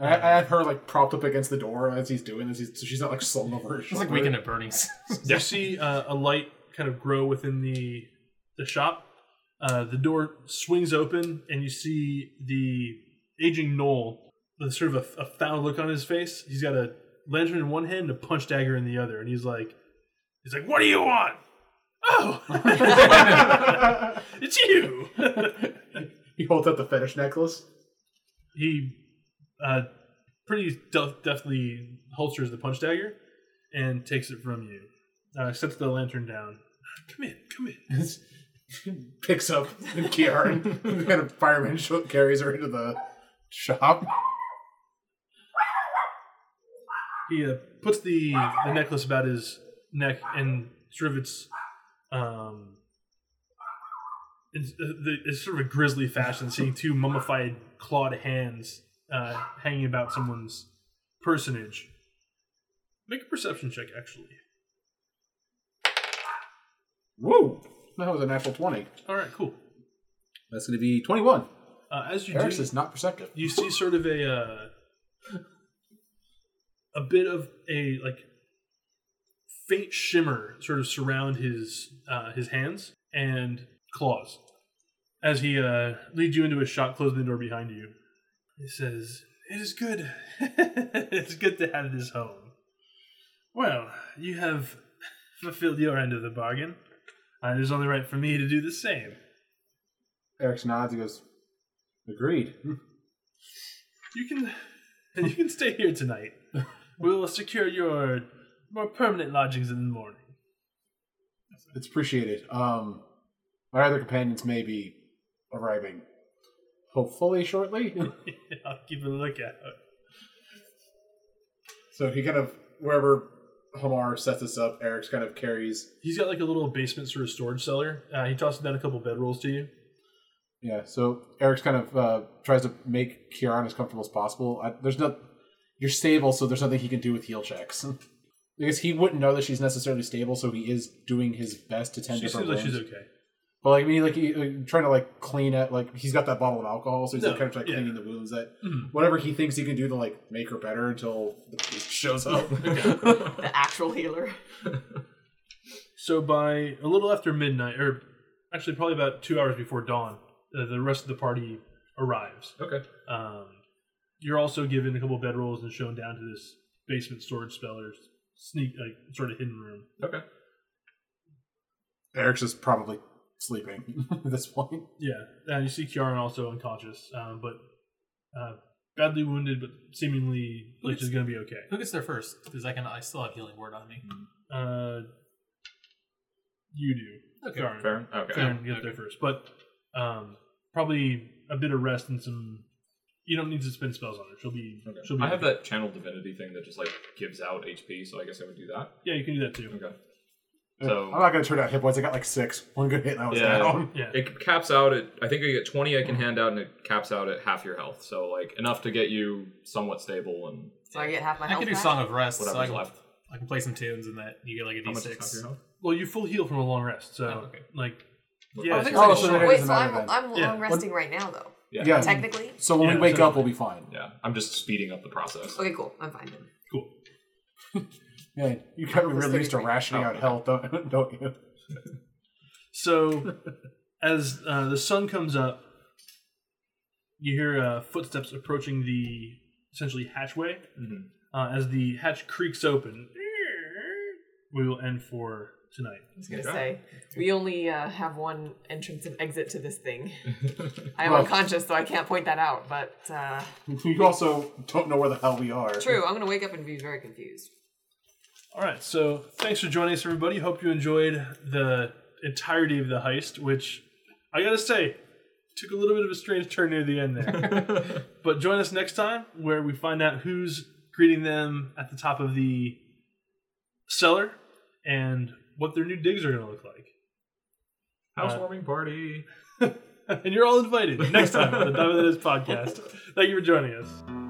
Speaker 3: I, I have her like propped up against the door as he's doing this, he's, so she's not like slung over. It's
Speaker 2: It's like Weekend at Bernie's.
Speaker 1: You see uh, a light kind of grow within the the shop. Uh, the door swings open, and you see the aging Knoll with sort of a, a foul look on his face. He's got a lantern in one hand and a punch dagger in the other, and he's like, he's like, "What do you want? Oh, [LAUGHS] it's you." [LAUGHS]
Speaker 3: He holds up the fetish necklace.
Speaker 1: he uh, pretty def- deftly holsters the punch dagger and takes it from you. Uh, sets the lantern down. Come in, come in.
Speaker 3: picks up and [LAUGHS] Kieran, and kind of fireman sh- carries her into the shop.
Speaker 1: he uh, puts the, the necklace about his neck and sort of its um, it's, it's sort of a grisly fashion, seeing two mummified clawed hands uh, hanging about someone's personage. Make a perception check, actually.
Speaker 3: Whoa! That was a natural 20.
Speaker 1: All right, cool.
Speaker 3: That's going to be 21.
Speaker 1: Uh, as you
Speaker 3: Eric's
Speaker 1: do,
Speaker 3: is not perceptive.
Speaker 1: you see sort of a uh, a bit of a like faint shimmer sort of surround his uh, his hands and claws as he uh, leads you into his shop, closing the door behind you. He says, "It is good. [LAUGHS] it's good to have this home. Well, you have fulfilled your end of the bargain. Uh, it is only right for me to do the same."
Speaker 3: Eric's nods. He goes, Agreed.
Speaker 1: You can and you can [LAUGHS] stay here tonight. We will secure your more permanent lodgings in the morning. [LAUGHS]
Speaker 3: It's appreciated. Um, my other companions may be arriving,
Speaker 1: [LAUGHS]
Speaker 3: hopefully shortly.
Speaker 1: I'll keep a lookout.
Speaker 3: so he kind of wherever Hamar sets this up, Eric's kind of carries.
Speaker 1: He's got like a little basement sort of storage cellar. Uh, he tosses down a couple bedrolls to you.
Speaker 3: Yeah. So Eric's kind of uh, tries to make Kieran as comfortable as possible. I, there's no, you're stable, so there's nothing he can do with heal checks. [LAUGHS] Because he wouldn't know that she's necessarily stable, so he is doing his best to tend
Speaker 1: She
Speaker 3: to
Speaker 1: seems like she's okay.
Speaker 3: But like I mean, like he, like, trying to like clean it. Like he's got that bottle of alcohol, so he's like,
Speaker 1: No,
Speaker 3: kind of like
Speaker 1: yeah.
Speaker 3: cleaning the wounds. That
Speaker 1: Mhm.
Speaker 3: whatever he thinks he can do to like make her better until the priest shows up.
Speaker 4: The actual healer.
Speaker 1: So by a little after midnight, or actually probably about two hours before dawn, uh, the rest of the party arrives.
Speaker 5: Okay.
Speaker 1: Um, you're also given a couple bedrolls and shown down to this basement storage cellar, sneak like sort of hidden room.
Speaker 5: Okay.
Speaker 3: Eric's just probably sleeping [LAUGHS] at this point.
Speaker 1: Yeah, and you see Kiaran also unconscious, um, but uh, badly wounded, but seemingly like she's gonna be okay.
Speaker 2: [LAUGHS] Who gets there first? Because I can, I still have healing word on me.
Speaker 1: Uh, you do,
Speaker 2: Okay,
Speaker 1: Kiaran.
Speaker 5: Fair. Okay.
Speaker 1: Kiaran gets there first, but um, probably a bit of rest and some. You don't need to spend spells on her. She'll be.
Speaker 5: Okay.
Speaker 1: She'll be.
Speaker 5: I have
Speaker 1: okay.
Speaker 5: that channel divinity thing that just like gives out HP, so I guess I would do that.
Speaker 1: Yeah, you can do that too.
Speaker 5: Okay. So-
Speaker 3: I'm not gonna turn out hit points. I got like six. One good hit and I was
Speaker 5: Yeah.
Speaker 3: down.
Speaker 1: Yeah.
Speaker 5: It caps out at I think I get twenty I can hand out and it caps out at half your health. So like enough to get you somewhat stable and
Speaker 4: So I get half my
Speaker 2: I
Speaker 4: health
Speaker 2: can do
Speaker 4: back?
Speaker 2: Song of Rest, so I
Speaker 5: whatever's
Speaker 2: can,
Speaker 5: left.
Speaker 2: I can play some tunes and that you get like a
Speaker 5: How much is half
Speaker 2: d6.
Speaker 5: your health?
Speaker 1: Well, you full heal from a long rest, so
Speaker 5: Oh, okay.
Speaker 1: like.
Speaker 5: Well,
Speaker 1: Yeah,
Speaker 5: I think
Speaker 1: so-
Speaker 3: Oh, so then it
Speaker 4: Wait,
Speaker 3: doesn't
Speaker 4: so I'm,
Speaker 3: matter then.
Speaker 4: I'm long
Speaker 1: Yeah.
Speaker 4: resting right now, though.
Speaker 5: Yeah.
Speaker 3: Yeah.
Speaker 4: Technically?
Speaker 3: So when
Speaker 1: Yeah,
Speaker 3: we wake
Speaker 1: so-
Speaker 3: up, we'll be fine.
Speaker 5: Yeah. I'm just speeding up the process.
Speaker 4: Okay, cool. I'm fine then.
Speaker 1: Cool.
Speaker 3: Man, you got me
Speaker 4: Almost
Speaker 3: really used to
Speaker 4: 33.
Speaker 3: rationing
Speaker 5: Oh,
Speaker 3: out health, don't, [LAUGHS] don't you?
Speaker 1: So, as uh, the sun comes up, you hear uh, footsteps approaching the essentially hatchway.
Speaker 5: Mhm.
Speaker 1: Uh, as the hatch creaks open, we will end for tonight.
Speaker 4: I was gonna
Speaker 5: Okay.
Speaker 4: say we only uh, have one entrance and exit to this thing. I am
Speaker 3: Well-
Speaker 4: unconscious, so I can't point that out. But uh,
Speaker 3: You also don't know where the hell we are.
Speaker 4: true, I'm gonna wake up and be very confused.
Speaker 1: All right. So, thanks for joining us, everybody. Hope you enjoyed the entirety of the heist, which I gotta say took a little bit of a strange turn near the end there. but join us next time where we find out who's greeting them at the top of the cellar and what their new digs are gonna look like. [LAUGHS]
Speaker 5: Housewarming party.
Speaker 1: and you're all invited next time on the Diamond That Is podcast. Thank you for joining us.